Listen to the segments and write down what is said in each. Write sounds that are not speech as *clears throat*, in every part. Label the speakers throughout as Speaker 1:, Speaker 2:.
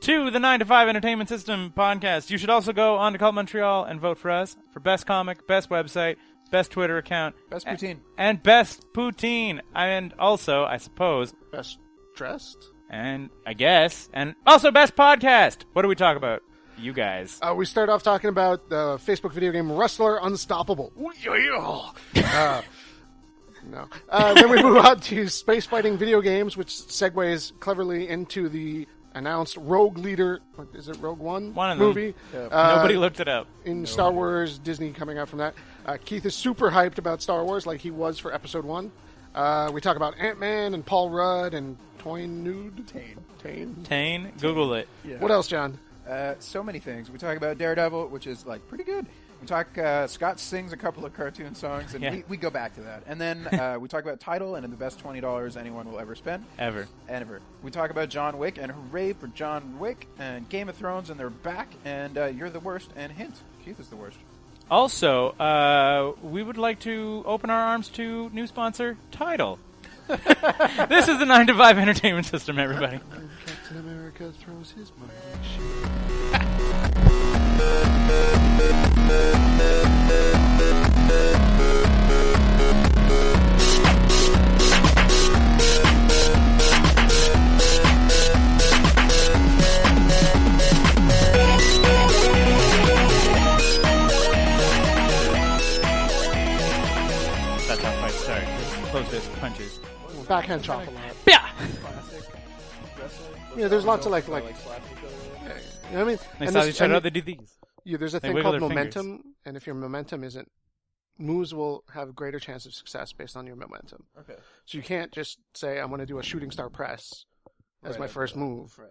Speaker 1: to the 9 to 5 Entertainment System podcast. You should also go on to Cult Montreal and vote for us for best comic, best website, best Twitter account,
Speaker 2: Best
Speaker 1: a-
Speaker 2: poutine.
Speaker 1: and best poutine. And also, I suppose,
Speaker 2: Best dressed?
Speaker 1: and I guess, and also best podcast. What do we talk about? You guys.
Speaker 2: Uh, we start off talking about the Facebook video game Wrestler Unstoppable. Uh, no. Uh, then we move on to space fighting video games, which segues cleverly into the announced Rogue Leader. What, is it Rogue One?
Speaker 1: One of them.
Speaker 2: movie. Uh,
Speaker 1: Nobody looked it up.
Speaker 2: in Star Wars, Disney coming out from that. Uh, Keith is super hyped about Star Wars, like he was for Episode One. Uh, we talk about Ant Man and Paul Rudd and Toyn Nude. Tane. Tane.
Speaker 1: Tane, Google it.
Speaker 2: What else, John?
Speaker 3: Uh, so many things. We talk about Daredevil, which is like pretty good. We talk. Uh, Scott sings a couple of cartoon songs, and
Speaker 1: *laughs* Yeah.
Speaker 3: we, we go back to that. And then uh, we talk about title and the best twenty dollars anyone will ever spend.
Speaker 1: Ever.
Speaker 3: Ever. We talk about John Wick and hooray for John Wick and Game of Thrones and they're back and uh, you're the worst and hint Keith is the worst.
Speaker 1: Also, uh, we would like to open our arms to new sponsor, Tidal. *laughs* this is the 9 to 5 entertainment system, everybody.
Speaker 2: Captain America throws his money.
Speaker 1: That's how fights start. Close fist punches.
Speaker 2: Backhand chop a lot.
Speaker 1: Yeah!
Speaker 3: Classic wrestling.
Speaker 2: Yeah, there's lots of like like. You know what I mean?
Speaker 1: They
Speaker 2: And
Speaker 1: saw
Speaker 2: there's-
Speaker 1: each other,
Speaker 2: and
Speaker 1: they do these.
Speaker 2: you- there's a
Speaker 1: they
Speaker 2: thing
Speaker 1: wiggle
Speaker 2: called
Speaker 1: their fingers.
Speaker 2: momentum, and if your momentum isn't, moves will have greater chance of success based on your momentum.
Speaker 3: Okay.
Speaker 2: So you can't just say I'm going to do a shooting star press as
Speaker 3: Right,
Speaker 2: my
Speaker 3: okay.
Speaker 2: first move
Speaker 3: Right.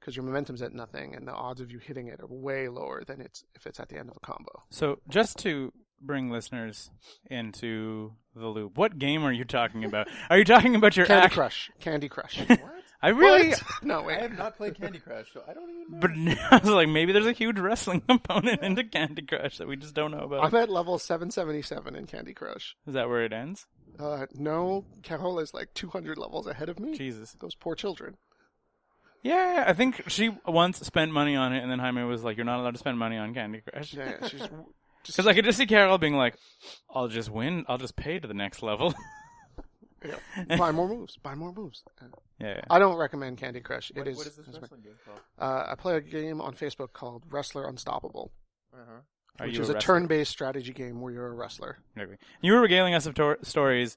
Speaker 2: because your momentum's at nothing, and the odds of you hitting it are way lower than it's if it's at the end of a combo.
Speaker 1: So, just to bring listeners into the loop, what game are you talking about? Are you talking about your
Speaker 2: Candy
Speaker 1: act-
Speaker 2: Crush, Candy Crush.
Speaker 3: What?
Speaker 1: I *laughs* really,
Speaker 2: What? No
Speaker 3: I
Speaker 2: wait.
Speaker 3: have not played Candy Crush, so I don't even know.
Speaker 1: *laughs* but *laughs* I was like, maybe there's a huge wrestling *laughs* component into Candy Crush that we just don't know about.
Speaker 2: I'm at level 777 in Candy Crush.
Speaker 1: Is that where it ends?
Speaker 2: Uh, no, Carol is like 200 levels ahead of me.
Speaker 1: Jesus.
Speaker 2: Those poor children.
Speaker 1: Yeah, I think she once spent money on it, and then Jaime was like, "You're not allowed to spend money on Candy Crush." *laughs*
Speaker 2: Yeah, yeah, she's
Speaker 1: Because I could just see Carol being like, "I'll just win. I'll just pay to the next level." *laughs*
Speaker 2: yeah, buy more moves. Buy more moves. Uh,
Speaker 1: yeah.
Speaker 2: I don't recommend Candy Crush. It is.
Speaker 3: what is this
Speaker 2: it's-
Speaker 3: wrestling game
Speaker 1: *laughs*
Speaker 3: called?
Speaker 2: uh, I play a game on Facebook called Wrestler Unstoppable,
Speaker 3: Uh-huh.
Speaker 1: Are
Speaker 2: which
Speaker 1: you
Speaker 2: is a,
Speaker 1: wrestler?
Speaker 2: turn-based strategy game where you're a wrestler.
Speaker 1: Anyway, You were regaling us of tor- stories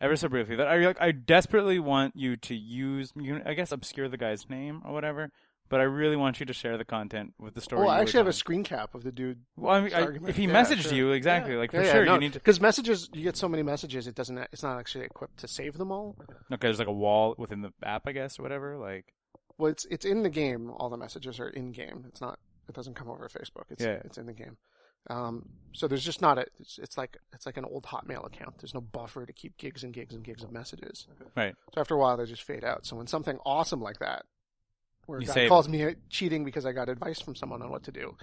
Speaker 1: ever so briefly that I like. I desperately want you to use, you, I guess, obscure the guy's name or whatever. But I really want you to share the content with the story.
Speaker 2: Well,
Speaker 1: you
Speaker 2: I
Speaker 1: were
Speaker 2: actually have a
Speaker 1: telling.
Speaker 2: screen cap of the dude.
Speaker 1: Well, I mean, I-
Speaker 2: argument.
Speaker 1: if he
Speaker 2: Yeah,
Speaker 1: messaged
Speaker 2: sure.
Speaker 1: you exactly, like for
Speaker 2: Yeah, yeah,
Speaker 1: sure,
Speaker 2: no,
Speaker 1: you need to.
Speaker 2: because messages you get so many messages, it doesn't. It's not actually equipped to save them all.
Speaker 1: Okay, there's like a wall within the app, I guess, or whatever. Like,
Speaker 2: Well, it's it's in the game. All the messages are in game. It's not. It doesn't come over Facebook. It's
Speaker 1: Yeah.
Speaker 2: it's in the game. Um, so there's just not a. It's, it's like it's like an old Hotmail account. There's no buffer to keep gigs and gigs and gigs of messages.
Speaker 1: right?
Speaker 2: So after a while, they just fade out. So when something awesome like that, where a
Speaker 1: You
Speaker 2: guy
Speaker 1: save
Speaker 2: calls me cheating because I got advice from someone on what
Speaker 1: *laughs*
Speaker 2: to do,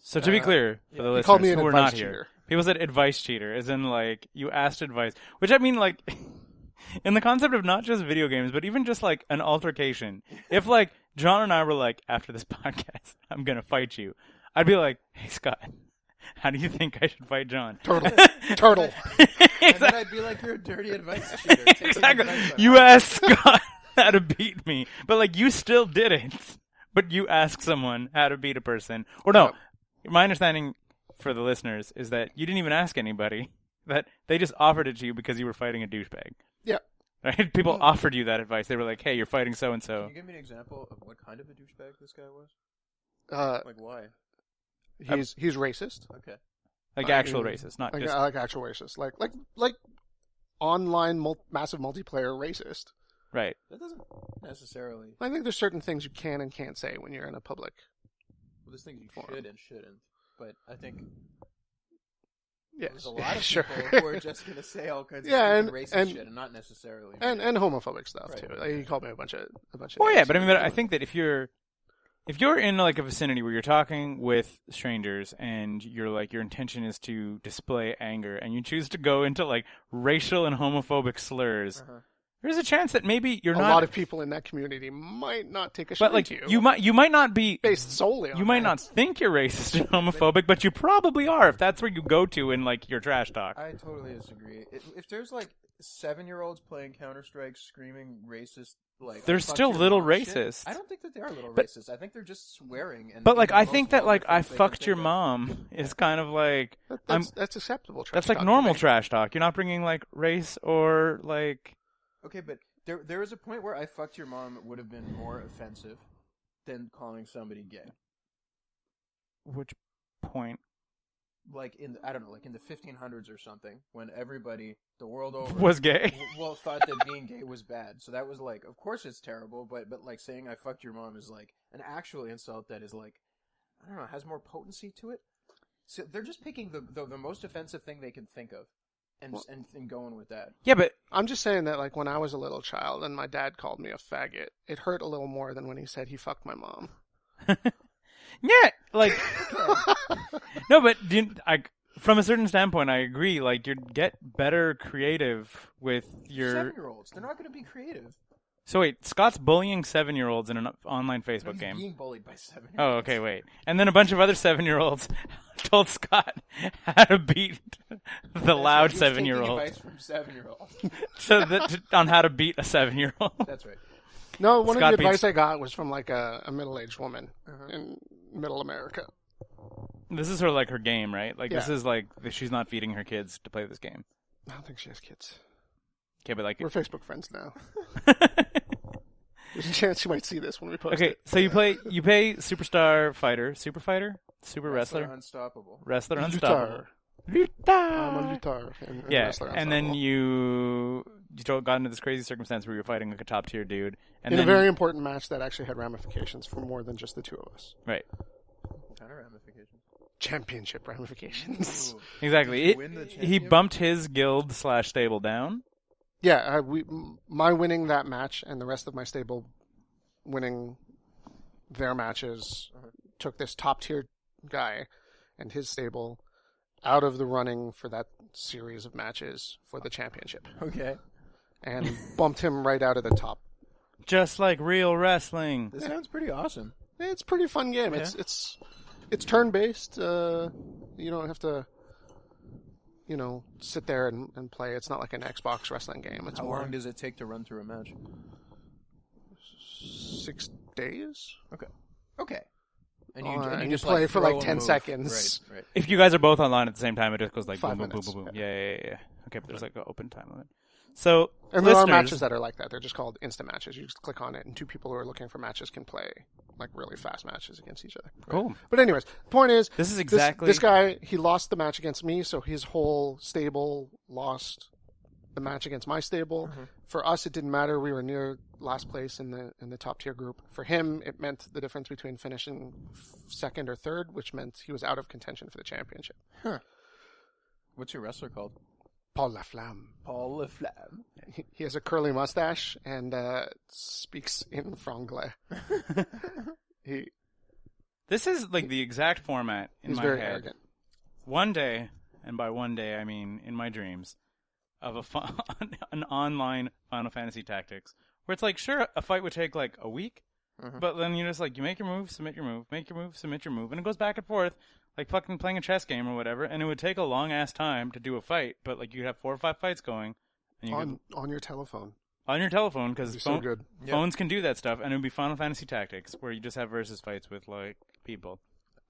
Speaker 1: So to be clear, for the
Speaker 2: Uh, He
Speaker 1: listeners
Speaker 2: called me an
Speaker 1: who are not
Speaker 2: advice
Speaker 1: here,
Speaker 2: cheater.
Speaker 1: people said advice cheater, as in like you asked advice, which I mean like *laughs* in the concept of not just video games, but even just like an altercation. If like John and I were like after this *laughs* podcast, I'm gonna fight you, I'd be like, hey Scott, *laughs* how do you think I should fight John?
Speaker 2: turtle, turtle.
Speaker 3: And then I'd be like, you're
Speaker 1: *laughs*
Speaker 3: a dirty advice cheater. Take some
Speaker 1: exactly.
Speaker 3: advice on
Speaker 1: You asked *laughs* Scott how to beat me, but like you still did it. But you asked someone how to beat a person, or no? My understanding for the listeners is that you didn't even ask anybody. That they just offered it to you because you were fighting a douchebag. *laughs*
Speaker 2: Yeah.
Speaker 1: Right? People offered you that advice. They were like, "Hey, you're fighting so and
Speaker 3: Can
Speaker 1: so."
Speaker 3: you give me an example of what kind of a douchebag this guy was?
Speaker 2: Uh,
Speaker 3: Like why?
Speaker 2: he's he's racist.
Speaker 3: Okay.
Speaker 1: Like actual racist, not
Speaker 2: Like, uh,
Speaker 1: just.
Speaker 2: like actual racist. Like like like online mul- massive multiplayer racist.
Speaker 1: Right.
Speaker 3: That doesn't necessarily
Speaker 2: I think there's certain things you can and can't say when you're in a public
Speaker 3: Well, this thing is you
Speaker 2: Forum.
Speaker 3: should and shouldn't. But I think
Speaker 2: Yes, *laughs*
Speaker 3: there's a lot of
Speaker 2: sure.
Speaker 3: people who are just going to say all kinds
Speaker 2: Yeah,
Speaker 3: of
Speaker 2: and-
Speaker 3: stupid racist
Speaker 2: and-
Speaker 3: shit and not necessarily.
Speaker 2: *laughs* and and homophobic stuff
Speaker 3: Right.
Speaker 2: too. Like, you called me a bunch of a bunch of.
Speaker 1: Well, yeah,
Speaker 2: names.
Speaker 1: but I mean, but I think that if you're if you're in like a vicinity where you're talking with strangers and you're like your intention is to display anger and you choose to go into like racial and homophobic slurs,
Speaker 3: Uh-huh.
Speaker 1: there's a chance that maybe you're
Speaker 2: a
Speaker 1: not.
Speaker 2: lot of people in that community might not take a shot
Speaker 1: but like
Speaker 2: you,
Speaker 1: you might you might not be
Speaker 2: based solely on
Speaker 1: you might
Speaker 2: that.
Speaker 1: not think you're racist
Speaker 2: *laughs*
Speaker 1: and homophobic, but you probably are if that's where you go to in like your trash talk.
Speaker 3: I totally disagree. If, if there's like seven year olds playing Counter Strike screaming racist, like
Speaker 1: They're
Speaker 3: "Fuck
Speaker 1: still
Speaker 3: your
Speaker 1: little
Speaker 3: mom" shit,
Speaker 1: racist.
Speaker 3: I don't think that they are little
Speaker 1: But-
Speaker 3: racist. I think they're just swearing. And
Speaker 1: But like
Speaker 3: thinking
Speaker 1: I
Speaker 3: the
Speaker 1: think
Speaker 3: most
Speaker 1: that like
Speaker 3: vulgar
Speaker 1: I
Speaker 3: things they can
Speaker 1: fucked your
Speaker 3: think of.
Speaker 1: mom is kind of like
Speaker 2: That-
Speaker 1: I'm-
Speaker 2: that's, that's acceptable. Trash
Speaker 1: that's like
Speaker 2: talk
Speaker 1: normal
Speaker 2: to me.
Speaker 1: trash talk. You're not bringing like race or like
Speaker 3: Okay, but there there is a point where I fucked your mom would have been more offensive than calling somebody gay.
Speaker 1: which point
Speaker 3: Like in the, I don't know, like in the 1500s or something, when everybody the world over
Speaker 1: was gay.
Speaker 3: *laughs* w- well thought that being gay was bad. So that was like, of course it's terrible, but but like saying I fucked your mom is like an actual insult that is like I don't know, has more potency to it. So they're just picking the the, the most offensive thing they can think of and,
Speaker 2: Well-
Speaker 3: and and going with that.
Speaker 1: Yeah, but
Speaker 2: I'm just saying that like when I was a little child and my dad called me a faggot, it hurt a little more than when he said he fucked my mom.
Speaker 1: yeah, like
Speaker 3: *laughs*
Speaker 1: no, but do you, I from a certain standpoint, I agree. Like you get better creative with your.
Speaker 3: Seven year olds, they're not going to be creative.
Speaker 1: So wait, Scott's bullying seven-year-olds in an online
Speaker 3: They're
Speaker 1: Facebook game.
Speaker 3: being bullied by seven.
Speaker 1: Oh, okay, wait. And then a bunch of other seven-year-olds *laughs* told Scott how to beat the loud seven-year-old
Speaker 3: Advice from seven-year-old.
Speaker 1: so that, on how to beat a seven-year-old. *laughs*
Speaker 3: That's right.
Speaker 2: No, one
Speaker 1: Scott Uh-huh.
Speaker 2: of the advice
Speaker 1: beats-
Speaker 2: I got was from like a, a middle aged woman in middle America.
Speaker 1: This is her like her game, right? Like this
Speaker 2: Yeah.
Speaker 1: is like she's not feeding her kids to play this game.
Speaker 2: I don't think she has kids.
Speaker 1: Okay, but like
Speaker 2: We're Facebook friends now. There's a chance she might see this when we
Speaker 1: *laughs*
Speaker 2: post
Speaker 1: Okay,
Speaker 2: it.
Speaker 1: so you play you play Superstar Fighter, Super Fighter, Super Wrestler,
Speaker 3: unstoppable.
Speaker 1: Wrestler Unstoppable.
Speaker 2: Lutar. I'm a
Speaker 1: Lutar.
Speaker 2: Lutar. Uh, And, and
Speaker 1: Yeah,
Speaker 2: wrestler
Speaker 1: and then
Speaker 2: ensemble.
Speaker 1: you you to- got into this crazy circumstance where you're fighting like a top tier dude, and
Speaker 2: in
Speaker 1: then
Speaker 2: a very important match that actually had ramifications for more than just the two of us.
Speaker 1: right,
Speaker 3: Kind of ramifications.
Speaker 2: Championship ramifications.
Speaker 1: exactly. It-
Speaker 3: Win the
Speaker 1: he
Speaker 3: championship?
Speaker 1: bumped his guild slash stable down.
Speaker 2: *laughs* yeah, I, we, m- my winning that match and the rest of my stable winning their matches uh, took this top tier guy and his stable out of the running for that series of matches for the championship
Speaker 3: Okay.
Speaker 1: *laughs*
Speaker 2: and bumped him right out of the top.
Speaker 1: Just like real wrestling.
Speaker 3: This sounds pretty awesome.
Speaker 2: Eh, It's a pretty fun game. It's it's it's turn based. Uh, you don't have to, you know, sit there and, and play. It's not like an Xbox wrestling game. It's
Speaker 3: How
Speaker 2: more
Speaker 3: long does it take to run through a match?
Speaker 2: six days.
Speaker 3: Okay. Okay. And
Speaker 2: Oh, and you play for, like,
Speaker 3: throw a
Speaker 2: 10
Speaker 3: move.
Speaker 2: seconds.
Speaker 3: Right. Right.
Speaker 1: If you guys are both online at the same time, it just goes like
Speaker 2: Five
Speaker 1: boom, boom, boom,
Speaker 2: minutes,
Speaker 1: boom, boom. Yeah, yeah, yeah. yeah. Okay, but there's like an open time limit. So
Speaker 2: And there
Speaker 1: listeners,
Speaker 2: are matches that are like that. They're just called instant matches. You just click on it, and two people who are looking for matches can play like really fast matches against each other.
Speaker 1: cool.
Speaker 2: But anyways, the point is,
Speaker 1: This is exactly-
Speaker 2: this, guy. He lost the match against me, so his whole stable lost the match against my stable.
Speaker 1: Mm-hmm.
Speaker 2: For us, it didn't matter. We were near last place in the in the top tier group. For him, it meant the difference between finishing f- second or third, which meant he was out of contention for the championship.
Speaker 3: What's your wrestler called?
Speaker 2: Paul Laflamme.
Speaker 3: Paul Laflamme.
Speaker 2: He- He has a curly mustache and uh, speaks in
Speaker 1: *laughs*
Speaker 2: franglais. he,
Speaker 1: This is like the exact format in
Speaker 2: he's
Speaker 1: my
Speaker 2: very
Speaker 1: head.
Speaker 2: arrogant.
Speaker 1: One day, and by one day I mean in my dreams, of a fun, *laughs* an online Final Fantasy Tactics where it's like sure a fight would take like a week,
Speaker 2: Mm-hmm.
Speaker 1: but then you're just like you make your move, submit your move, make your move, submit your move, and it goes back and forth like fucking playing a chess game or whatever, and it would take a long ass time to do a fight, but like you'd have four or five fights going. And you could-
Speaker 2: On on your telephone.
Speaker 1: on your telephone because
Speaker 2: You're so good.
Speaker 3: Yeah.
Speaker 1: phones can do that stuff, and it would be Final Fantasy Tactics where you just have versus fights with like people.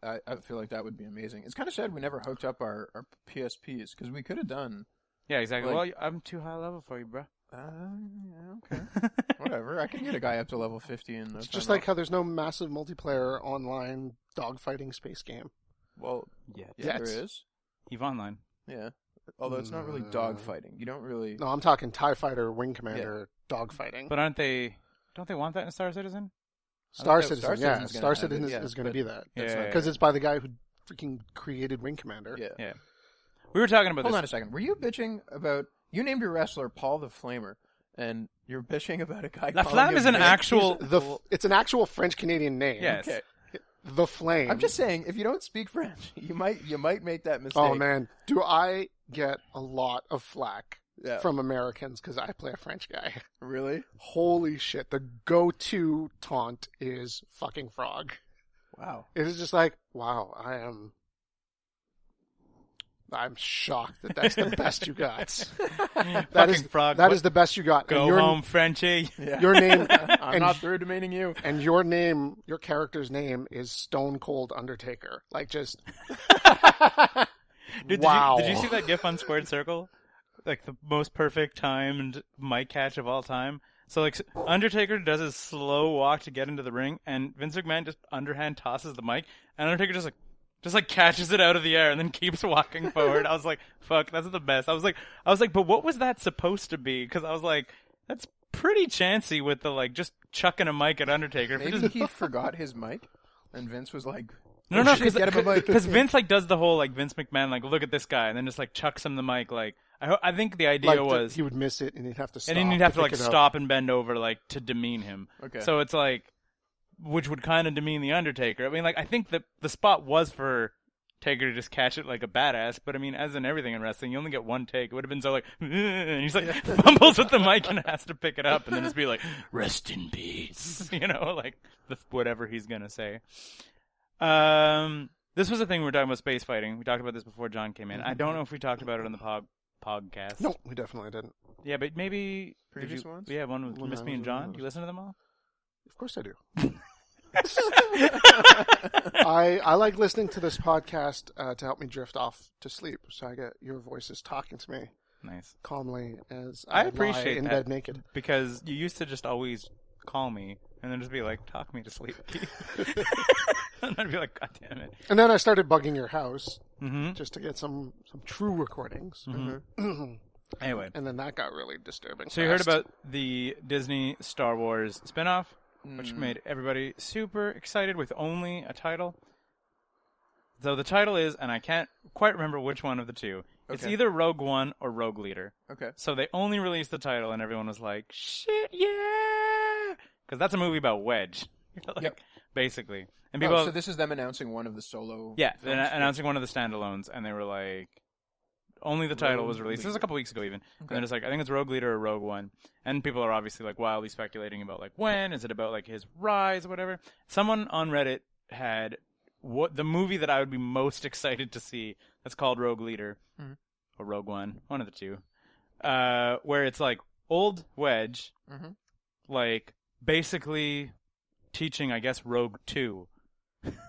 Speaker 3: I, I feel like that would be amazing. It's kind of sad we never hooked up our, our PSPs because we could have done.
Speaker 1: Yeah, exactly.
Speaker 3: Like-
Speaker 1: well, I'm too high level for you, bro.
Speaker 3: Uh, yeah, okay.
Speaker 1: *laughs*
Speaker 3: Whatever. I can get a guy up to level 50 in no
Speaker 2: It's
Speaker 3: time
Speaker 2: just like
Speaker 3: at
Speaker 2: how there's no massive multiplayer online dogfighting space game.
Speaker 3: all. Well,
Speaker 1: yeah,
Speaker 3: yeah,
Speaker 2: Yes.
Speaker 3: there is.
Speaker 1: Eve Online.
Speaker 3: Yeah. Although it's not really dogfighting. You don't really.
Speaker 2: Mm. No, I'm talking TIE Fighter, Wing Commander, dogfighting.
Speaker 1: But aren't they? Don't they want that in Star Citizen? that
Speaker 2: Star
Speaker 1: was-
Speaker 2: Citizen,
Speaker 1: Star
Speaker 2: yeah,
Speaker 1: Citizen's gonna
Speaker 2: Star
Speaker 1: have it,
Speaker 2: Citizen is,
Speaker 1: yeah,
Speaker 2: is going to
Speaker 1: but-
Speaker 2: be that because
Speaker 1: Yeah.
Speaker 2: it's by the guy who freaking created Wing Commander.
Speaker 3: Yeah.
Speaker 1: Yeah. We were talking about
Speaker 3: Hold
Speaker 1: this.
Speaker 3: on a second. Were you bitching about you named your wrestler Paul the Flamer, and you're bitching about a guy?
Speaker 1: The
Speaker 3: calling
Speaker 1: Flam
Speaker 3: him
Speaker 1: is an
Speaker 3: Vic?
Speaker 1: actual.
Speaker 2: The f- it's an actual French Canadian name.
Speaker 1: Yes.
Speaker 3: Okay.
Speaker 2: the Flame.
Speaker 3: I'm just saying, if you don't speak French, *laughs* you might you might make that mistake.
Speaker 2: oh man, do I get a lot of flack
Speaker 3: Yeah.
Speaker 2: from Americans because I play a French guy? *laughs*
Speaker 3: really?
Speaker 2: Holy shit! The go-to taunt is fucking frog.
Speaker 3: *laughs* Wow.
Speaker 2: It is just like, wow, I am. I'm shocked that that's the best you got. That
Speaker 1: *laughs* Fucking
Speaker 2: is
Speaker 1: frog.
Speaker 2: That
Speaker 1: what-
Speaker 2: is the best you got.
Speaker 1: Go
Speaker 2: and your,
Speaker 1: home, Frenchie.
Speaker 3: Yeah.
Speaker 2: Your name
Speaker 3: *laughs* I'm
Speaker 2: and,
Speaker 3: not through
Speaker 1: *laughs*
Speaker 3: demeaning you.
Speaker 2: and your name, your character's name is Stone Cold Undertaker. Like just
Speaker 1: *laughs* Dude, did you-
Speaker 2: wow.
Speaker 1: Did you, see that GIF on Squared Circle? Like the most perfect timed mic catch of all time. So like Undertaker does his slow walk to get into the ring, and Vince McMahon just underhand tosses the mic, and Undertaker just like. Just like catches it out of the air and then *laughs* keeps walking forward. I was like, "Fuck, that's the best." I was like, "I was like, but what was that supposed to be?" Because I was like, "That's pretty chancy with the like just chucking a mic at Undertaker." If it
Speaker 3: Maybe
Speaker 1: just-
Speaker 3: he forgot his mic, and Vince was like,
Speaker 1: no, no,
Speaker 3: shit, get him a mic.
Speaker 1: because Vince like does the whole like Vince McMahon like look at this guy and then just like chucks him the mic like I ho- I think the idea
Speaker 2: like the-
Speaker 1: was
Speaker 2: he would miss it and he'd have to stop
Speaker 1: and then you'd have to
Speaker 2: pick
Speaker 1: like
Speaker 2: it up.
Speaker 1: stop and bend over like to demean him.
Speaker 3: Okay.
Speaker 1: So it's like, which would kind of demean the Undertaker. I mean, like I think that the spot was for Taker to just catch it like a badass, but I mean, as in everything in wrestling, you only get one take. It would have been so like, *laughs* and he's like *laughs* fumbles with the mic and has to pick it up and then just be like, rest in peace, *laughs* you know, like the, whatever he's gonna say. Um, this was a thing we were talking about space fighting. We talked about this before John came in. I don't know if we talked about it on the pod podcast.
Speaker 2: No, we definitely didn't.
Speaker 1: Yeah, but maybe did
Speaker 3: Previous
Speaker 1: you-
Speaker 3: ones?
Speaker 1: Yeah, one with
Speaker 2: Well,
Speaker 1: Miss
Speaker 2: no,
Speaker 1: Me and
Speaker 2: it was one
Speaker 1: John.
Speaker 2: of
Speaker 1: Do you listen to them all?
Speaker 2: Of
Speaker 1: *laughs*
Speaker 2: course I do. I I like listening to this podcast uh, to help me drift off to sleep, so I get your voices talking to me
Speaker 1: Nice.
Speaker 2: calmly as
Speaker 1: I
Speaker 2: I, lie
Speaker 1: appreciate
Speaker 2: in
Speaker 1: that.
Speaker 2: bed naked.
Speaker 1: Because you used to just always call me and then just be like, "Talk me to sleep," *laughs* and I'd be like, "God damn it."
Speaker 2: And then I started bugging your house
Speaker 1: Mm-hmm.
Speaker 2: just to get some some true recordings, Mm-hmm.
Speaker 1: Anyway,
Speaker 2: and then that got really disturbing.
Speaker 1: so you heard
Speaker 2: fast.
Speaker 1: about the Disney Star Wars spinoff, which
Speaker 3: Mm-hmm.
Speaker 1: made everybody super excited with only a title. So the title is, and I can't quite remember which one of the two. It's
Speaker 3: Okay.
Speaker 1: either Rogue One or Rogue Leader.
Speaker 3: okay,
Speaker 1: So they only released the title, and everyone was like, "Shit, yeah!" Because that's a movie about Wedge, *laughs* like,
Speaker 3: Yep.
Speaker 1: basically. And people,
Speaker 3: oh, so this is them announcing one of the solo.
Speaker 1: yeah, they're
Speaker 3: films?
Speaker 1: annou- announcing one of the standalones, and they were like, "Only the title was released." This was a couple weeks ago, even. And they're just like, "I think it's Rogue Leader or Rogue One," and people are obviously like wildly speculating about like when is it about like his rise, or whatever. Someone on Reddit had what the movie that I would be most *laughs* excited to see. That's called Rogue Leader
Speaker 3: Hmm.
Speaker 1: or Rogue One, one of the two, uh, where it's like old Wedge,
Speaker 3: Mhm.
Speaker 1: like basically teaching, I guess, Rogue Two *laughs*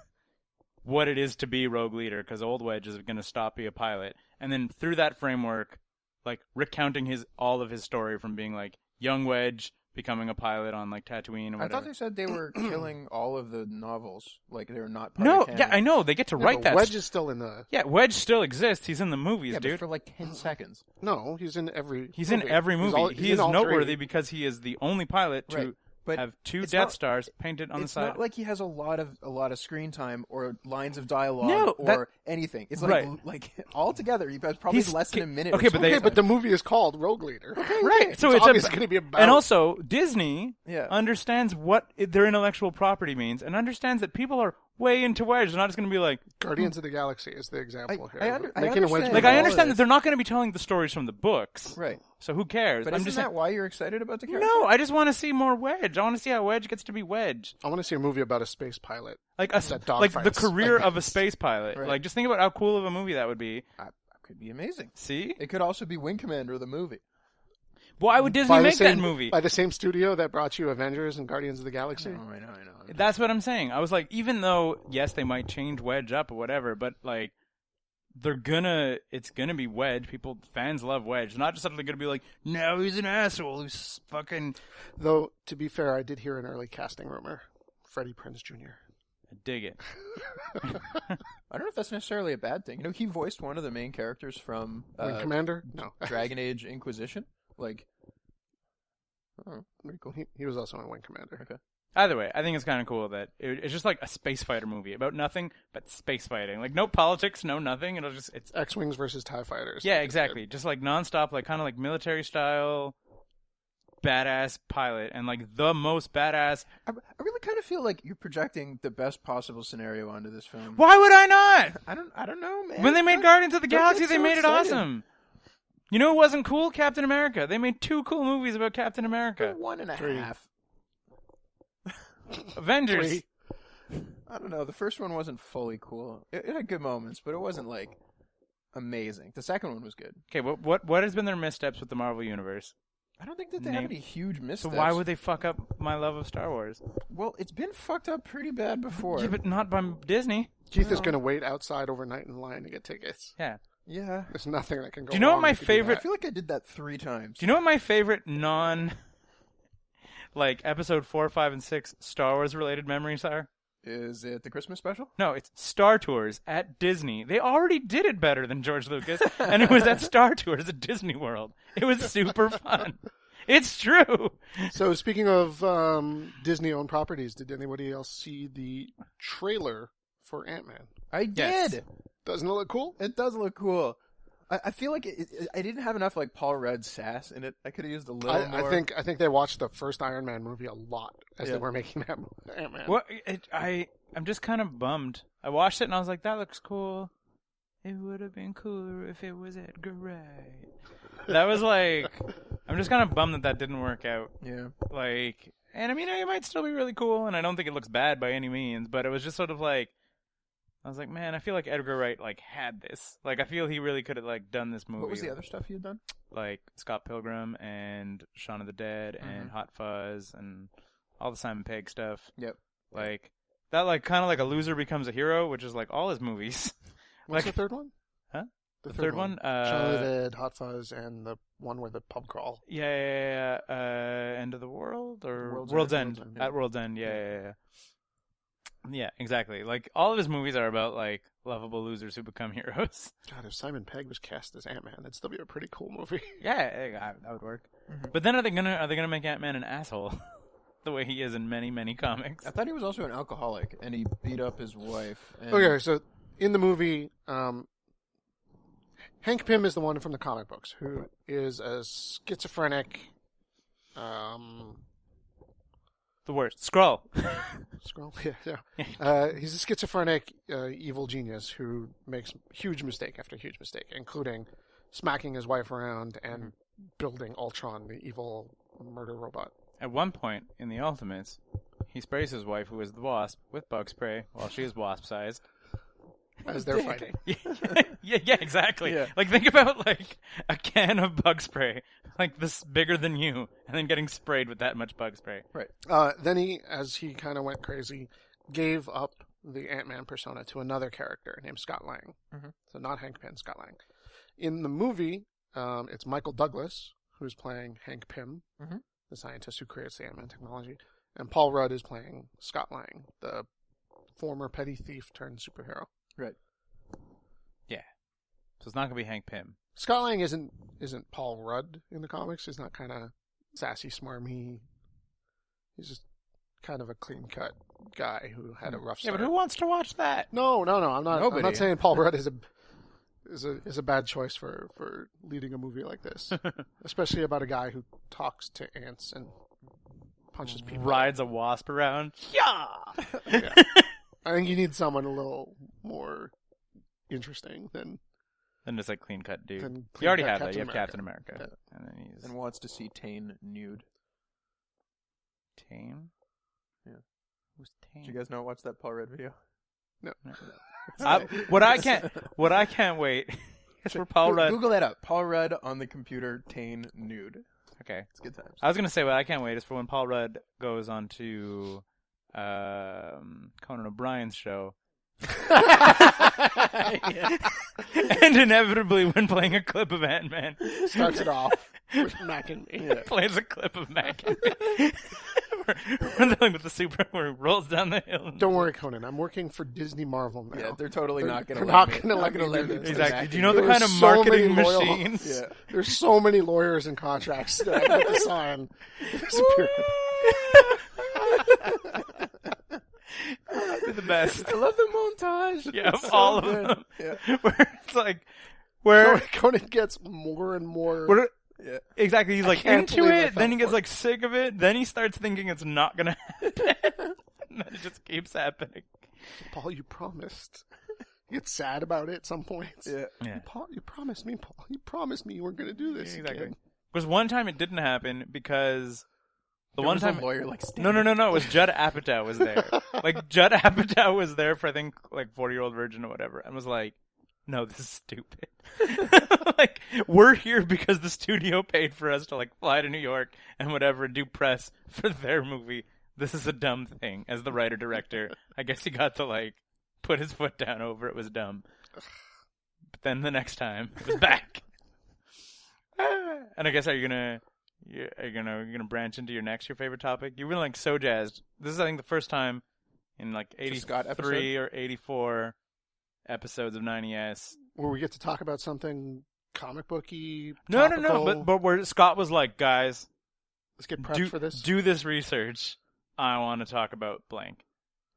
Speaker 1: what it is to be Rogue Leader, because old Wedge is going to stop be a pilot, and then through that framework, like recounting his all of his story from being like young Wedge becoming a pilot on like Tatooine and
Speaker 3: I
Speaker 1: whatever.
Speaker 3: thought they said
Speaker 1: *clears throat*
Speaker 3: they were killing all of the novels, like they're not. Part
Speaker 1: no,
Speaker 3: of canon.
Speaker 1: yeah, I know they get to
Speaker 2: Yeah,
Speaker 1: write
Speaker 2: but
Speaker 1: that.
Speaker 2: Wedge is still in the
Speaker 1: yeah, Wedge still exists. He's in the movies,
Speaker 3: Yeah,
Speaker 1: dude.
Speaker 3: but for like
Speaker 1: *gasps*
Speaker 3: ten seconds.
Speaker 2: no. He's in every.
Speaker 1: He's in every
Speaker 2: He's
Speaker 1: movie.
Speaker 2: all-
Speaker 1: he
Speaker 2: in
Speaker 1: is
Speaker 2: all three.
Speaker 1: noteworthy because he is the only pilot to
Speaker 3: Right, but
Speaker 1: have two
Speaker 3: it's
Speaker 1: Death
Speaker 3: not-
Speaker 1: Stars painted on
Speaker 3: it's
Speaker 1: the side.
Speaker 3: not like he has a lot of a lot of screen time or lines of dialogue
Speaker 1: No,
Speaker 3: or
Speaker 1: that-
Speaker 3: anything. It's like
Speaker 1: Right.
Speaker 3: like *laughs* altogether, he has probably
Speaker 1: He's
Speaker 3: less than a
Speaker 1: ki-
Speaker 3: minute.
Speaker 1: okay,
Speaker 3: of
Speaker 1: but
Speaker 3: screen
Speaker 1: they-
Speaker 2: Okay,
Speaker 3: time.
Speaker 2: but the movie is called Rogue Leader.
Speaker 1: right. So it's,
Speaker 2: obviously
Speaker 1: a,
Speaker 2: going to be about.
Speaker 1: And also, Disney
Speaker 3: Yeah.
Speaker 1: understands what i- their intellectual property means and understands that people are way into Wedge. They're not just going to be like,
Speaker 2: Guardians of the Galaxy is the example
Speaker 3: I-
Speaker 2: here.
Speaker 3: I under- I
Speaker 2: Making a
Speaker 3: understand-
Speaker 2: Wedge
Speaker 1: like
Speaker 3: all
Speaker 1: I
Speaker 3: of
Speaker 1: understand that
Speaker 3: this.
Speaker 1: they're not going to be telling the stories from the *laughs* books.
Speaker 3: right.
Speaker 1: So who cares?
Speaker 3: But
Speaker 1: I'm
Speaker 3: isn't
Speaker 1: just
Speaker 3: that
Speaker 1: saying-
Speaker 3: why you're excited about the character?
Speaker 1: no, I just want to see more Wedge. I want to see how Wedge gets to be Wedge.
Speaker 2: I want to see a movie about a space pilot.
Speaker 1: Like a, s-
Speaker 2: That dog
Speaker 1: like the
Speaker 2: fights.
Speaker 1: career
Speaker 2: Like-
Speaker 1: of a space pilot.
Speaker 3: Right.
Speaker 1: Like just think about how cool of a movie that would be.
Speaker 3: I, that could be amazing.
Speaker 1: See?
Speaker 3: It could also be Wing Commander the movie.
Speaker 1: Why would Disney
Speaker 2: By the
Speaker 1: make
Speaker 2: same-
Speaker 1: that movie?
Speaker 2: by the same studio that brought you Avengers and Guardians of the Galaxy.
Speaker 3: Oh, I know, I know.
Speaker 1: That's what I'm saying. I was like, even though yes, they might change Wedge up or whatever, but like they're gonna, it's gonna be Wedge. People, fans love Wedge. They're not just suddenly gonna be like, no, he's an asshole who's fucking.
Speaker 2: Though to be fair, I did hear an early casting rumor: Freddie Prinze Jr.
Speaker 1: I dig it.
Speaker 3: I don't know if that's necessarily a bad thing. You know, he voiced one of the main characters from
Speaker 2: Wing
Speaker 3: uh,
Speaker 2: Commander? No,
Speaker 3: Dragon Age Inquisition. Like, *laughs* oh, pretty cool.
Speaker 2: he, he was also in Wing Commander.
Speaker 3: Okay.
Speaker 1: Either way, I think it's kind of cool that it, it's just like a space fighter movie about nothing but space fighting. Like no politics, no nothing. It'll just it's
Speaker 2: X wings versus Tie fighters.
Speaker 1: yeah, exactly. Just like nonstop, like kind of like military style, badass pilot, and like the most badass.
Speaker 3: I, I really kind of feel like you're projecting the best possible scenario onto this film.
Speaker 1: Why would I not?
Speaker 3: I don't. I don't know, man.
Speaker 1: When they made
Speaker 3: I-
Speaker 1: Guardians of the
Speaker 3: don't get
Speaker 1: Galaxy,
Speaker 3: so
Speaker 1: they made it
Speaker 3: excited.
Speaker 1: awesome. You know, it wasn't cool. Captain America. They made two cool movies about Captain
Speaker 3: *gasps*
Speaker 1: America.
Speaker 3: one and a half.
Speaker 1: Avengers.
Speaker 2: Three.
Speaker 3: I don't know. The first one wasn't fully cool. It, it had good moments, but it wasn't like amazing. The second one was good.
Speaker 1: Okay, what what what has been their missteps with the Marvel universe?
Speaker 3: I don't think that they
Speaker 1: Name-
Speaker 3: have any huge
Speaker 1: So
Speaker 3: missteps.
Speaker 1: why would they fuck up my love of Star Wars?
Speaker 3: Well, it's been fucked up pretty bad before.
Speaker 1: Yeah, but not by Disney.
Speaker 2: Keith
Speaker 3: Oh.
Speaker 2: is going to wait outside overnight in line to get tickets.
Speaker 1: Yeah.
Speaker 3: yeah.
Speaker 2: There's nothing that can go.
Speaker 1: Do you know what
Speaker 2: wrong
Speaker 1: my
Speaker 2: if you do
Speaker 3: I
Speaker 1: favorite-
Speaker 2: that.
Speaker 3: feel like I did that three times.
Speaker 1: Do you know what my favorite non *laughs* like episode 4, 5 and 6 Star Wars related memories are?
Speaker 3: Is it the Christmas special?
Speaker 1: No, it's Star Tours at Disney. They already did it better than George Lucas, and it was at Star Tours at Disney World. It was super fun. It's true.
Speaker 2: So speaking of um, Disney-owned properties, did anybody else see the trailer for Ant Man?
Speaker 3: I
Speaker 1: Yes.
Speaker 3: did.
Speaker 2: Doesn't it look cool?
Speaker 3: It does look cool. I, I feel like it, it, I didn't have enough like Paul Rudd sass in it. I could have used a little
Speaker 2: I,
Speaker 3: more.
Speaker 2: I think I think they watched the first Iron Man movie a lot as
Speaker 3: Yeah.
Speaker 2: they were making that Ant Man.
Speaker 1: What it, I I'm just kind of bummed. I watched it and I was like, that looks cool. It would have been cooler if it was Edgar Wright. That was like, I'm just kind of bummed that that didn't work out.
Speaker 3: Yeah.
Speaker 1: Like, and I mean, it might still be really cool, and I don't think it looks bad by any means, but it was just sort of like, I was like, man, I feel like Edgar Wright like had this. Like, I feel he really could have like done this movie.
Speaker 3: What was the other stuff you had done?
Speaker 1: Like Scott Pilgrim and Shaun of the Dead and
Speaker 3: Mm-hmm.
Speaker 1: Hot Fuzz and all the Simon Pegg stuff.
Speaker 3: Yep.
Speaker 1: Like that, like kind of like a loser becomes a hero, which is like all his movies. *laughs*
Speaker 2: What's
Speaker 1: like-
Speaker 2: the third one?
Speaker 1: Huh?
Speaker 2: The,
Speaker 1: The third one, uh,
Speaker 2: Shaun of the Dead, Hot Fuzz, and the one where the pub crawl.
Speaker 1: Yeah, yeah, yeah, yeah. Uh, End of the World or
Speaker 3: World's
Speaker 1: World's, End,
Speaker 3: End. World's End.
Speaker 1: at World's End. Yeah, yeah, yeah, yeah. Yeah, exactly. Like all of his movies are about like lovable losers who become *laughs* heroes.
Speaker 2: God, if Simon Pegg was cast as Ant Man, that'd still be a pretty cool movie.
Speaker 1: yeah, eh, I- that would work. But then are they gonna are they gonna make Ant Man an asshole, *laughs* the way he is in many many comics?
Speaker 3: I thought he was also an alcoholic, and he beat up his wife. And
Speaker 2: Okay, so in the movie, um, Hank Pym is the one from the comic books who is a schizophrenic. Um,
Speaker 1: The worst. Scroll.
Speaker 2: scroll. *laughs* Yeah, yeah. Uh, he's a schizophrenic uh, evil genius who makes huge mistake after huge mistake, including smacking his wife around and building Ultron, the evil murder robot.
Speaker 1: *laughs* At one point in the Ultimates, he sprays his wife, who is the Wasp, with bug spray while she is wasp sized.
Speaker 2: As they're fighting,
Speaker 1: yeah, *laughs* yeah, exactly.
Speaker 3: Yeah.
Speaker 1: Like think about like a can of bug spray, like this bigger than you, and then getting sprayed with that much bug spray.
Speaker 3: right.
Speaker 2: uh, then he, as he kind of went crazy, gave up the Ant Man persona to another character named Scott Lang.
Speaker 1: Mm-hmm.
Speaker 3: Mhm.
Speaker 2: So not Hank Pym, Scott Lang. In the movie, um, it's Michael Douglas who's playing Hank Pym,
Speaker 1: Mm-hmm.
Speaker 3: Mhm.
Speaker 2: the scientist who creates the Ant Man technology, and Paul Rudd is playing Scott Lang, the former petty thief turned superhero.
Speaker 3: Right.
Speaker 1: So it's not gonna be Hank Pym.
Speaker 2: Scott Lang isn't isn't Paul Rudd in the comics. He's not kind of sassy, smarmy. He's just kind of a clean cut guy who had a rough
Speaker 1: Mm. Yeah,
Speaker 2: start.
Speaker 1: but who wants to watch that?
Speaker 2: No, no, no. I'm not. I'm
Speaker 3: Nobody.
Speaker 2: not saying Paul Rudd is a is a is a bad choice for for leading a movie like
Speaker 3: *laughs*
Speaker 2: this, especially about a guy who talks to ants and punches people.
Speaker 1: Rides a wasp around.
Speaker 3: *laughs*
Speaker 2: Yeah. I think you need someone a little more interesting than
Speaker 1: Then it's like clean cut dude.
Speaker 2: Then
Speaker 1: you already have
Speaker 2: clean-cut
Speaker 1: that. You have Captain
Speaker 2: Captain
Speaker 1: America, and then he's
Speaker 3: And wants to see Tane nude.
Speaker 1: tame.
Speaker 3: Yeah.
Speaker 1: Who's tame?
Speaker 3: Did you guys not watch that Paul
Speaker 1: *laughs*
Speaker 3: Rudd video?
Speaker 1: I, what I can't. What I can't wait *laughs* is for Paul
Speaker 3: Go-
Speaker 1: Rudd.
Speaker 3: Google that up. Paul Rudd on the computer. Tane nude.
Speaker 1: Okay.
Speaker 3: It's good times.
Speaker 1: I was gonna say what I can't wait is for when Paul Rudd goes on to um, Conan O'Brien's
Speaker 3: *laughs*
Speaker 1: show, and inevitably, when playing a clip of Ant Man,
Speaker 2: starts it
Speaker 3: *laughs*
Speaker 2: off with Mac and me.
Speaker 1: *laughs* plays a clip of Mac. *laughs* We're dealing with the super where he rolls down the hill.
Speaker 3: *laughs*
Speaker 1: and- *laughs*
Speaker 2: Don't worry, Conan. I'm working for Disney Marvel now.
Speaker 3: Yeah, they're totally
Speaker 2: They're-
Speaker 3: not gonna.
Speaker 2: they're
Speaker 3: let
Speaker 2: not
Speaker 3: me-
Speaker 2: gonna let me
Speaker 3: gonna
Speaker 2: do
Speaker 3: me
Speaker 2: this.
Speaker 1: Exactly.
Speaker 3: back
Speaker 1: Do you know the
Speaker 2: There
Speaker 1: kind
Speaker 2: are
Speaker 1: of
Speaker 2: so many
Speaker 1: marketing
Speaker 2: loyal-
Speaker 1: machines?
Speaker 3: Yeah.
Speaker 2: There's so many
Speaker 3: *laughs*
Speaker 2: lawyers and contracts that I put this on. It's a pyramid.
Speaker 1: They're the
Speaker 3: *laughs*
Speaker 1: best.
Speaker 3: I love the montage.
Speaker 1: Yeah,
Speaker 3: It's
Speaker 1: of
Speaker 3: so
Speaker 1: all of
Speaker 3: good.
Speaker 1: them.
Speaker 3: Yeah.
Speaker 1: *laughs* Where it's like, where
Speaker 2: *laughs* Conan gets more and more.
Speaker 1: What are-
Speaker 3: Yeah.
Speaker 1: exactly he's like
Speaker 2: can't
Speaker 1: into
Speaker 2: believe I
Speaker 1: it,
Speaker 2: fell
Speaker 1: then he gets
Speaker 2: for it.
Speaker 1: like sick of it, then he starts thinking it's not gonna *laughs* happen. and then it just keeps happening.
Speaker 2: Paul, you promised. *laughs* You get sad about it at some points.
Speaker 3: Yeah.
Speaker 1: Yeah.
Speaker 2: Paul, you promised me, Paul. You promised me you weren't going to do this.
Speaker 1: Yeah, exactly.
Speaker 2: again.
Speaker 1: Because one time it didn't happen because the
Speaker 3: There
Speaker 1: one
Speaker 3: was
Speaker 1: time
Speaker 3: a lawyer like Stan.
Speaker 1: no no no no it was Judd Apatow was there like Judd Apatow was there for I think like forty year old virgin or whatever and was like no this is stupid *laughs* like we're here because the studio paid for us to like fly to New York and whatever do press for their movie this is a dumb thing as the writer director I guess he got to like put his foot down over it was dumb but then the next time it was back. *laughs* Ah, and I guess are you gonna you, are you gonna you gonna branch into your next your favorite topic? You've been like so jazzed. This is I think the first time in like eighty
Speaker 3: Scott episode?
Speaker 1: three or eighty four episodes of E 90s.
Speaker 2: Where we get to talk about something comic booky.
Speaker 1: No, no, no.
Speaker 2: topical.
Speaker 1: But but where Scott was like, guys,
Speaker 2: let's get prepped
Speaker 1: do
Speaker 2: for this.
Speaker 1: do *laughs* this research. I want to talk about blank.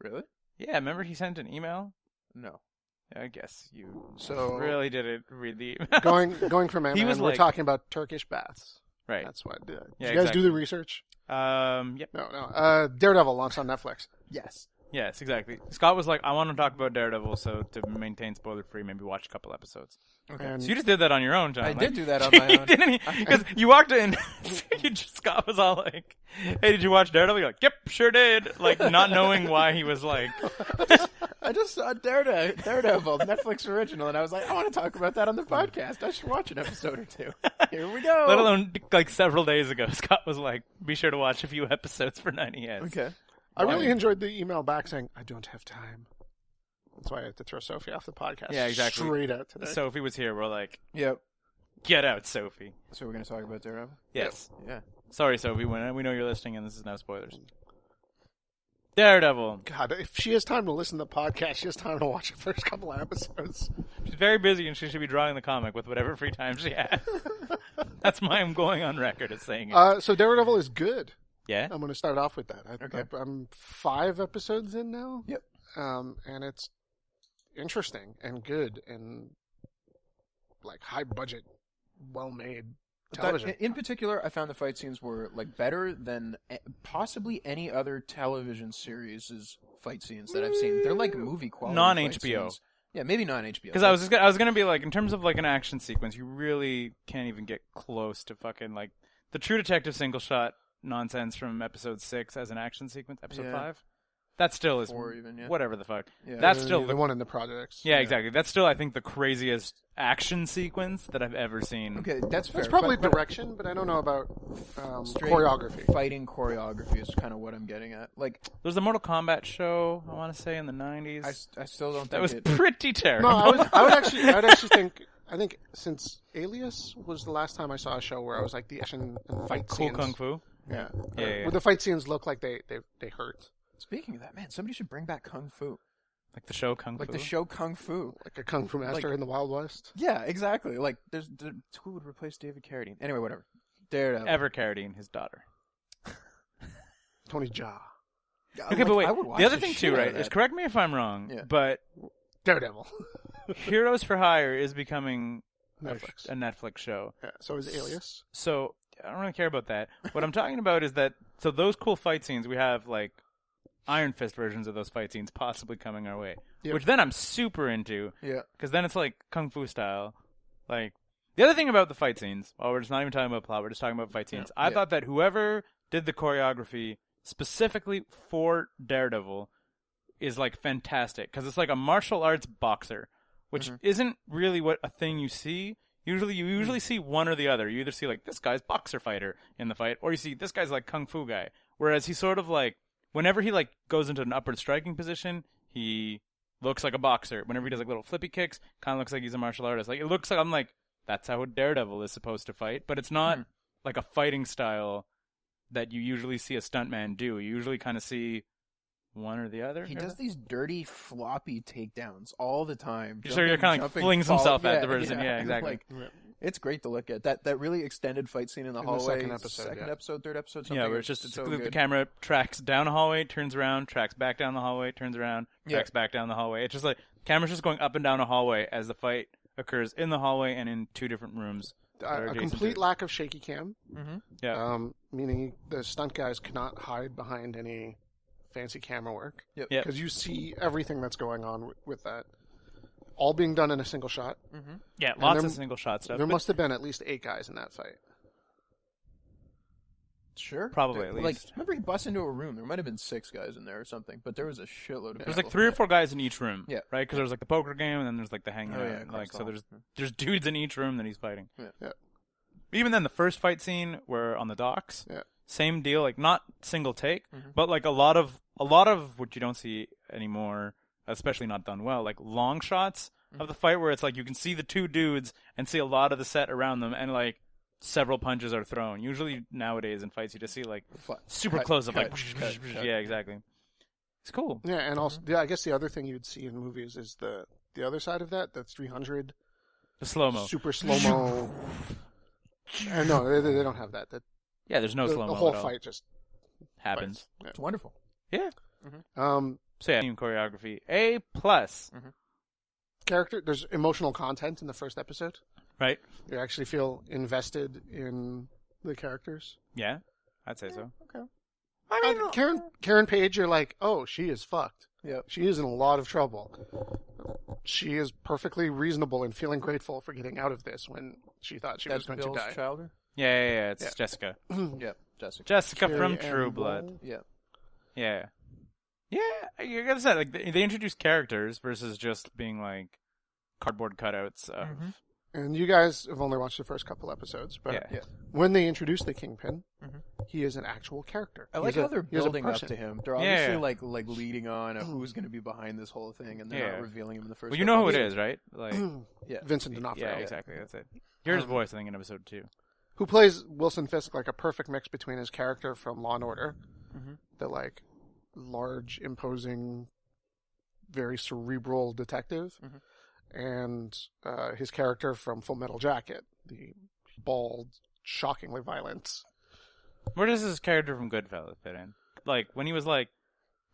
Speaker 3: Really?
Speaker 1: Yeah, remember he sent an email.
Speaker 3: No.
Speaker 1: I guess you
Speaker 2: So-
Speaker 1: really didn't read the email.
Speaker 2: going going from Ant
Speaker 1: He
Speaker 2: Man,
Speaker 1: was
Speaker 2: we're
Speaker 1: like-
Speaker 2: talking about Turkish baths.
Speaker 1: *laughs* right.
Speaker 2: That's what. I did. Did
Speaker 1: Yeah,
Speaker 2: you guys
Speaker 1: exactly.
Speaker 2: do the research?
Speaker 1: Um. Yep.
Speaker 2: No, no. Uh, Daredevil launched on Netflix.
Speaker 3: Yes.
Speaker 1: Yes, exactly. Scott was like, I want to talk about Daredevil, so to maintain spoiler free, maybe watch a couple episodes.
Speaker 3: Okay.
Speaker 2: And
Speaker 1: So you just did that on your own, John.
Speaker 3: I
Speaker 1: like- *laughs*
Speaker 3: did do *laughs* that on my
Speaker 1: You
Speaker 3: own.
Speaker 1: didn't because you walked in. *laughs* you just, Scott was all like, "Hey, did you watch Daredevil?" You're like, "Yep, sure did." Like not knowing why he was
Speaker 3: *laughs*
Speaker 1: like, *laughs*
Speaker 3: I just saw Daredevil, Daredevil, Netflix original, and I was like, I want to talk about that on the podcast. I should watch an episode or *laughs* two. Here we go.
Speaker 1: let alone like several days ago. *laughs* Scott was like, "Be sure to watch a few episodes for 90s."
Speaker 3: Okay.
Speaker 2: I really enjoyed the email back saying, "I don't have time." That's why I had to throw Sophie off the podcast.
Speaker 1: Yeah, exactly.
Speaker 2: Straight out today.
Speaker 1: Sophie was here. We're like,
Speaker 3: Yep.
Speaker 1: "Get out, Sophie."
Speaker 3: So we're gonna talk about Daredevil.
Speaker 1: Yes.
Speaker 3: Yeah.
Speaker 1: Sorry, Sophie. When we know you're listening, and this is no spoilers. Daredevil.
Speaker 2: God, if she has time to listen to the podcast, she has time to watch the first couple of episodes.
Speaker 1: She's very busy and she should be drawing the comic with whatever free time she
Speaker 3: *laughs*
Speaker 1: has. That's my I'm going on record as saying it.
Speaker 2: Uh, so Daredevil is good.
Speaker 1: yeah?
Speaker 2: I'm going to start off with that. I,
Speaker 3: Okay.
Speaker 2: I, am five episodes in now.
Speaker 3: Yep.
Speaker 2: Um, and it's interesting and good and like high budget, well made television.
Speaker 3: In particular, I found the fight scenes were like better than eh, possibly any other television series' fight scenes that I've seen. They're like movie quality.
Speaker 1: Non-
Speaker 3: fight
Speaker 1: HBO.
Speaker 3: scenes. Yeah, maybe non HBO.
Speaker 1: Because I was just gonna, I was gonna be like, in terms of like an action sequence, you really can't even get close to fucking like the True Detective single shot nonsense from episode six as an action sequence, episode
Speaker 3: Yeah.
Speaker 1: five. That still is
Speaker 3: Four even, yeah.
Speaker 1: whatever the fuck.
Speaker 3: Yeah.
Speaker 1: That's
Speaker 2: Uh,
Speaker 1: still
Speaker 2: the
Speaker 1: the
Speaker 2: one in the projects.
Speaker 1: yeah, exactly. That's still I think the craziest action sequence that I've ever seen.
Speaker 3: okay. That's fair.
Speaker 2: It's probably
Speaker 3: but, but
Speaker 2: direction, but I don't know about um,
Speaker 3: straight
Speaker 2: choreography.
Speaker 3: Fighting choreography is kind of what I'm getting at. Like,
Speaker 1: There's a Mortal Kombat show I want to say in the
Speaker 3: I,
Speaker 1: '90s.
Speaker 3: I still
Speaker 1: That
Speaker 3: don't think
Speaker 1: was
Speaker 3: it.
Speaker 1: pretty
Speaker 2: No,
Speaker 1: terrible.
Speaker 2: I, was, I would actually, I would actually think, I think since Alias was the last time I saw a show where I was like the action and fight
Speaker 3: *laughs*
Speaker 1: cool
Speaker 2: scenes,
Speaker 1: kung fu.
Speaker 2: yeah,
Speaker 1: Yeah, yeah, yeah.
Speaker 2: Where the fight scenes look like they they, they hurt,
Speaker 3: Speaking of that, man, somebody should bring back kung fu,
Speaker 1: Like the show Kung
Speaker 3: like
Speaker 1: Fu.
Speaker 3: the show Kung Fu.
Speaker 2: like a kung fu master
Speaker 3: Like-
Speaker 2: in the Wild West.
Speaker 3: Yeah, exactly. Like, there's there, who would replace David Carradine? Anyway, whatever. Daredevil.
Speaker 1: Ever Carradine, his daughter.
Speaker 2: Tony Jaa,
Speaker 3: Yeah,
Speaker 1: Okay,
Speaker 3: like,
Speaker 1: but wait.
Speaker 3: I would watch
Speaker 1: The other
Speaker 3: the
Speaker 1: thing
Speaker 3: shit
Speaker 1: too,
Speaker 3: out of
Speaker 1: right? Is
Speaker 3: that.
Speaker 1: correct me if I'm wrong,
Speaker 3: Yeah. *laughs*
Speaker 1: but
Speaker 2: Daredevil, *laughs*
Speaker 1: Heroes for Hire is becoming a-
Speaker 2: Netflix.
Speaker 1: a Netflix show.
Speaker 2: Yeah, so is Alias.
Speaker 1: So I don't really care about that. What I'm talking about is that so those cool fight scenes we have like Iron Fist versions of those fight scenes possibly coming our way,
Speaker 2: Yep.
Speaker 1: which then I'm super into
Speaker 3: Yeah.
Speaker 1: because then it's like kung fu style. Like the other thing about the fight scenes, while we're just not even talking about plot, we're just talking about fight scenes. I
Speaker 3: Yeah.
Speaker 1: thought that whoever did the choreography specifically for Daredevil is like fantastic because it's like a martial arts boxer, which
Speaker 3: Mm-hmm.
Speaker 1: isn't really what a thing you see. Usually, you usually
Speaker 3: Mm.
Speaker 1: see one or the other. You either see like this guy's boxer fighter in the fight, or you see this guy's like kung fu guy. Whereas he sort of like whenever he like goes into an upward striking position, he looks like a boxer. Whenever he does like little flippy kicks, kind of looks like he's a martial artist. Like it looks like I'm like that's how a daredevil is supposed to fight, but it's not
Speaker 3: Mm.
Speaker 1: like a fighting style that you usually see a stuntman do. You usually kind of see one or the other.
Speaker 3: He
Speaker 1: or
Speaker 3: does
Speaker 1: the-
Speaker 3: these dirty floppy takedowns all the time.
Speaker 1: So you're
Speaker 3: Jumping-
Speaker 1: kinda like
Speaker 3: jumping,
Speaker 1: flings himself at
Speaker 3: falling-
Speaker 1: the
Speaker 3: yeah, *laughs*
Speaker 1: person. Yeah, exactly.
Speaker 3: Like, It's great to look at that. That really extended fight scene in the
Speaker 2: In the
Speaker 3: hallway.
Speaker 2: second episode, yeah.
Speaker 3: episode, third episode. Something
Speaker 1: Yeah, where it's just it's
Speaker 3: so
Speaker 1: the
Speaker 3: good.
Speaker 1: camera tracks down a hallway, turns around, tracks back down the hallway, turns around,
Speaker 3: Yeah.
Speaker 1: tracks back down the hallway. It's just like camera's just going up and down a hallway as the fight occurs in the hallway and in two different rooms. that are
Speaker 2: A, a
Speaker 1: adjacent to
Speaker 2: complete
Speaker 1: it.
Speaker 2: lack of shaky cam,
Speaker 1: Yeah.
Speaker 3: Uh,
Speaker 2: um, meaning the stunt guys cannot hide behind any fancy camera work
Speaker 3: Yep.
Speaker 1: Yep.
Speaker 2: because you see everything that's going on with, with that, all being done in a single shot.
Speaker 1: yeah, lots
Speaker 2: there-
Speaker 1: of single shot stuff.
Speaker 2: there
Speaker 1: but
Speaker 2: must have been at least eight guys in that fight.
Speaker 3: Sure.
Speaker 1: Probably,
Speaker 3: There-
Speaker 1: at
Speaker 3: Like,
Speaker 1: least.
Speaker 3: remember he busts into a room. There might have been six guys in there or something, but there was a shitload of.
Speaker 1: there's like three or four guys in each room.
Speaker 3: Yeah.
Speaker 1: Right? Because there's like the poker game and then there's like the hangout.
Speaker 3: Oh, yeah,
Speaker 1: and, like so
Speaker 3: Crystal.
Speaker 1: there's there's dudes in each room that he's fighting.
Speaker 3: Yeah.
Speaker 2: Yeah.
Speaker 1: Even then the first fight scene where on the docks.
Speaker 2: Yeah.
Speaker 1: Same deal, like not single take, but like a lot of a lot of what you don't see anymore, especially not done well, like long shots of the fight where it's like you can see the two dudes and see a lot of the set around them and like several punches are thrown. Usually nowadays in fights you just see like
Speaker 3: Fu-
Speaker 1: super
Speaker 3: cut,
Speaker 1: close up
Speaker 3: cut,
Speaker 1: like *laughs*
Speaker 3: cut, cut.
Speaker 1: yeah, exactly. It's cool.
Speaker 2: Yeah, and also,
Speaker 1: Mm-hmm.
Speaker 2: yeah, I guess the other thing you'd see in movies is the the other side of that, the 300
Speaker 1: The slow mo. *laughs*
Speaker 2: super slow mo. no, they, they don't have that. That
Speaker 1: Yeah, there's no
Speaker 2: the,
Speaker 1: slow mo.
Speaker 2: the whole fight just
Speaker 1: happens.
Speaker 3: It's wonderful.
Speaker 1: Yeah.
Speaker 2: um,
Speaker 1: So yeah, team choreography A plus,
Speaker 2: character. There's emotional content in the first episode.
Speaker 1: right?
Speaker 2: You actually feel invested in the characters.
Speaker 1: Yeah, I'd say so.
Speaker 3: Okay.
Speaker 2: Uh, Karen Karen Page, you're like, oh, she is fucked.
Speaker 1: *laughs*
Speaker 3: Yep.
Speaker 2: She is in a lot of trouble. She is perfectly reasonable and feeling grateful for getting out of this when she thought she
Speaker 3: That's
Speaker 2: was going
Speaker 3: Bill's
Speaker 2: to die.
Speaker 3: Childer.
Speaker 1: Yeah, yeah, yeah. It's
Speaker 2: Yeah.
Speaker 1: Jessica.
Speaker 3: *laughs* Yep. Jessica.
Speaker 1: Jessica
Speaker 2: Carrie
Speaker 1: from
Speaker 2: Ann
Speaker 1: True
Speaker 2: Moore.
Speaker 1: Blood.
Speaker 3: Yeah.
Speaker 1: *laughs* Yeah. Yeah, like I said, like they, they introduce characters versus just being like cardboard cutouts of
Speaker 2: And you guys have only watched the first couple episodes, but
Speaker 1: Yeah.
Speaker 3: Yeah. Mm-hmm.
Speaker 2: when they introduce the Kingpin, he is an actual character.
Speaker 3: I like
Speaker 2: He's a-
Speaker 3: how they're
Speaker 2: he's a
Speaker 3: building up
Speaker 2: person.
Speaker 3: to him. They're
Speaker 1: Yeah.
Speaker 3: obviously like like leading on of who's going to be behind this whole thing, and they're
Speaker 1: Yeah.
Speaker 3: not revealing him in the first.
Speaker 1: Well, you know who it
Speaker 3: episode.
Speaker 1: is, right? Like
Speaker 3: Yeah.
Speaker 2: Vincent D'Onofrio,
Speaker 1: yeah, exactly. That's it. Here's his voice, I think, in episode two.
Speaker 2: who plays Wilson Fisk like a perfect mix between his character from Law and Order,
Speaker 3: Mm-hmm.
Speaker 2: the like large, imposing, very cerebral detective,
Speaker 3: Mm-hmm.
Speaker 2: and uh, his character from Full Metal Jacket, the bald, shockingly violent.
Speaker 1: Where does this character from Goodfellas fit in? Like when he was like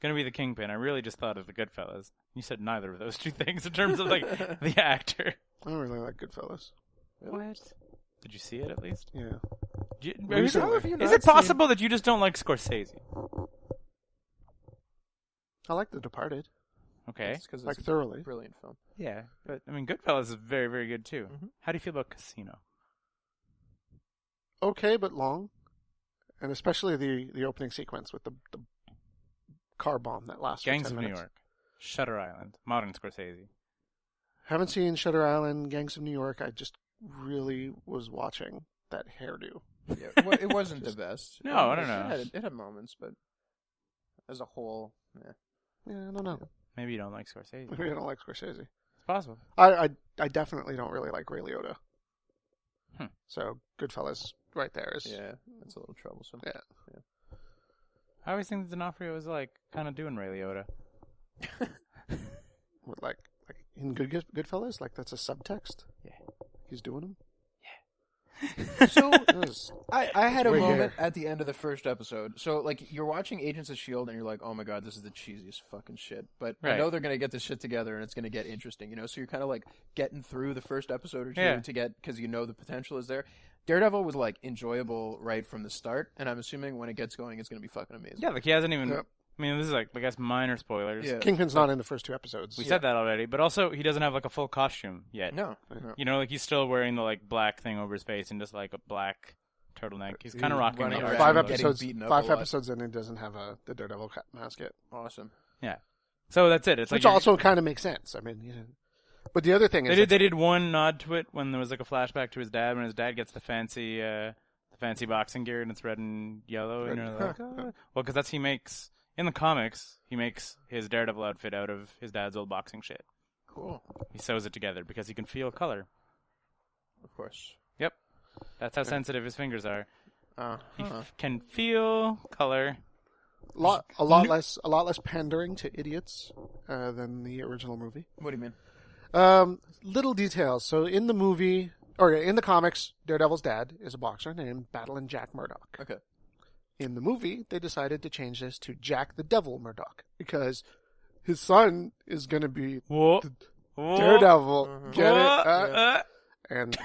Speaker 1: gonna be the kingpin, I really just thought of the Goodfellas. You said neither of those two *laughs* things in terms of like the actor.
Speaker 2: I don't really like Goodfellas.
Speaker 1: What? Did you see it at least?
Speaker 2: Yeah,
Speaker 1: Do you-
Speaker 2: Recently.
Speaker 1: is it-
Speaker 2: How have you
Speaker 1: is
Speaker 3: not
Speaker 1: it possible that you just don't like Scorsese?
Speaker 2: I like The Departed,
Speaker 1: Okay.
Speaker 3: It's 'cause
Speaker 2: like
Speaker 3: it's a
Speaker 2: thoroughly.
Speaker 3: brilliant
Speaker 2: *laughs*
Speaker 3: film.
Speaker 1: Yeah, but I mean, Goodfellas is very, very good too. How do you feel about Casino?
Speaker 2: Okay, but long, and especially the the opening sequence with the, the car bomb that lasts. for
Speaker 1: Gangs
Speaker 2: 10
Speaker 1: of New
Speaker 2: minutes.
Speaker 1: York, Shutter Island, modern Scorsese.
Speaker 2: Haven't seen Shutter Island, Gangs of New York. I just really was watching that hairdo.
Speaker 3: Yeah, it wa- it wasn't the best. Um,
Speaker 1: No, I
Speaker 3: It-
Speaker 1: don't know.
Speaker 3: It had, it had moments, but as a whole, eh.
Speaker 2: Yeah, I don't know.
Speaker 1: Maybe you don't like Scorsese.
Speaker 2: Maybe I don't like Scorsese.
Speaker 1: It's possible.
Speaker 2: I, I, I definitely don't really like Ray Liotta.
Speaker 1: Hmm.
Speaker 2: So Goodfellas, right there is.
Speaker 3: yeah, it's a little troublesome.
Speaker 2: yeah.
Speaker 1: I always think that D'Onofrio is like kind of doing Ray Liotta.
Speaker 2: With like, like in Good Good- Goodfellas, like that's a subtext.
Speaker 1: Yeah.
Speaker 2: He's
Speaker 1: *laughs*
Speaker 2: doing them.
Speaker 3: So
Speaker 2: That was-
Speaker 3: I, I had a
Speaker 2: We're
Speaker 3: moment at the end of the first episode. So like you're watching Agents of Shield and you're like, oh my god, this is the cheesiest fucking shit. But
Speaker 1: Right.
Speaker 3: I know they're gonna get this shit together and it's gonna get interesting, you know. So you're kind of like getting through the first episode or two
Speaker 1: Yeah.
Speaker 3: to get because you know the potential is there. Daredevil was like enjoyable right from the start, and I'm assuming when it gets going, it's gonna be fucking amazing.
Speaker 1: Yeah, like he hasn't even.
Speaker 2: Yep.
Speaker 1: I mean, this is like I guess minor spoilers.
Speaker 3: Yeah.
Speaker 2: Kingpin's not in the first two episodes.
Speaker 1: We said that already, but also he doesn't have like a full costume yet.
Speaker 3: No, no.
Speaker 1: You know, like he's still wearing the like black thing over his face and just like a black turtleneck. He's kind of rocking the
Speaker 3: running
Speaker 1: Iron
Speaker 3: around
Speaker 2: Five
Speaker 1: Man look.
Speaker 3: getting
Speaker 2: episodes.
Speaker 3: beaten up a
Speaker 2: Five
Speaker 3: lot.
Speaker 2: episodes in, he doesn't have a the Daredevil cap mask yet.
Speaker 3: awesome.
Speaker 1: Yeah. So that's it. It's like
Speaker 2: Which
Speaker 1: you're-
Speaker 2: also kind of makes sense. I mean, yeah. but the other thing is
Speaker 1: They did. They
Speaker 2: that-
Speaker 1: did one nod to it when there was like a flashback to his dad when his dad gets the fancy, uh, the fancy boxing gear and it's red and yellow. and you're like, "Oh." well, because that's he makes in the comics. He makes his Daredevil outfit out of his dad's old boxing shit.
Speaker 3: Cool.
Speaker 1: He sews it together because he can feel color.
Speaker 3: Of course.
Speaker 1: Yep, that's how sensitive his fingers are.
Speaker 3: Uh,
Speaker 1: He f- can feel color.
Speaker 2: lot a lot less a lot less pandering to idiots uh, than the original movie.
Speaker 3: what do you mean?
Speaker 2: Um, little details. So in the movie, or in the comics, Daredevil's dad is a boxer named Battling Jack Murdoch.
Speaker 3: Okay.
Speaker 2: In the movie, they decided to change this to Jack the Devil Murdoch because his son is going to be
Speaker 1: Whoa.
Speaker 2: The
Speaker 1: Whoa.
Speaker 2: Daredevil.
Speaker 3: Mhm.
Speaker 2: Get it?
Speaker 1: Whoa. Uh,
Speaker 2: Uh,
Speaker 3: *laughs*
Speaker 2: and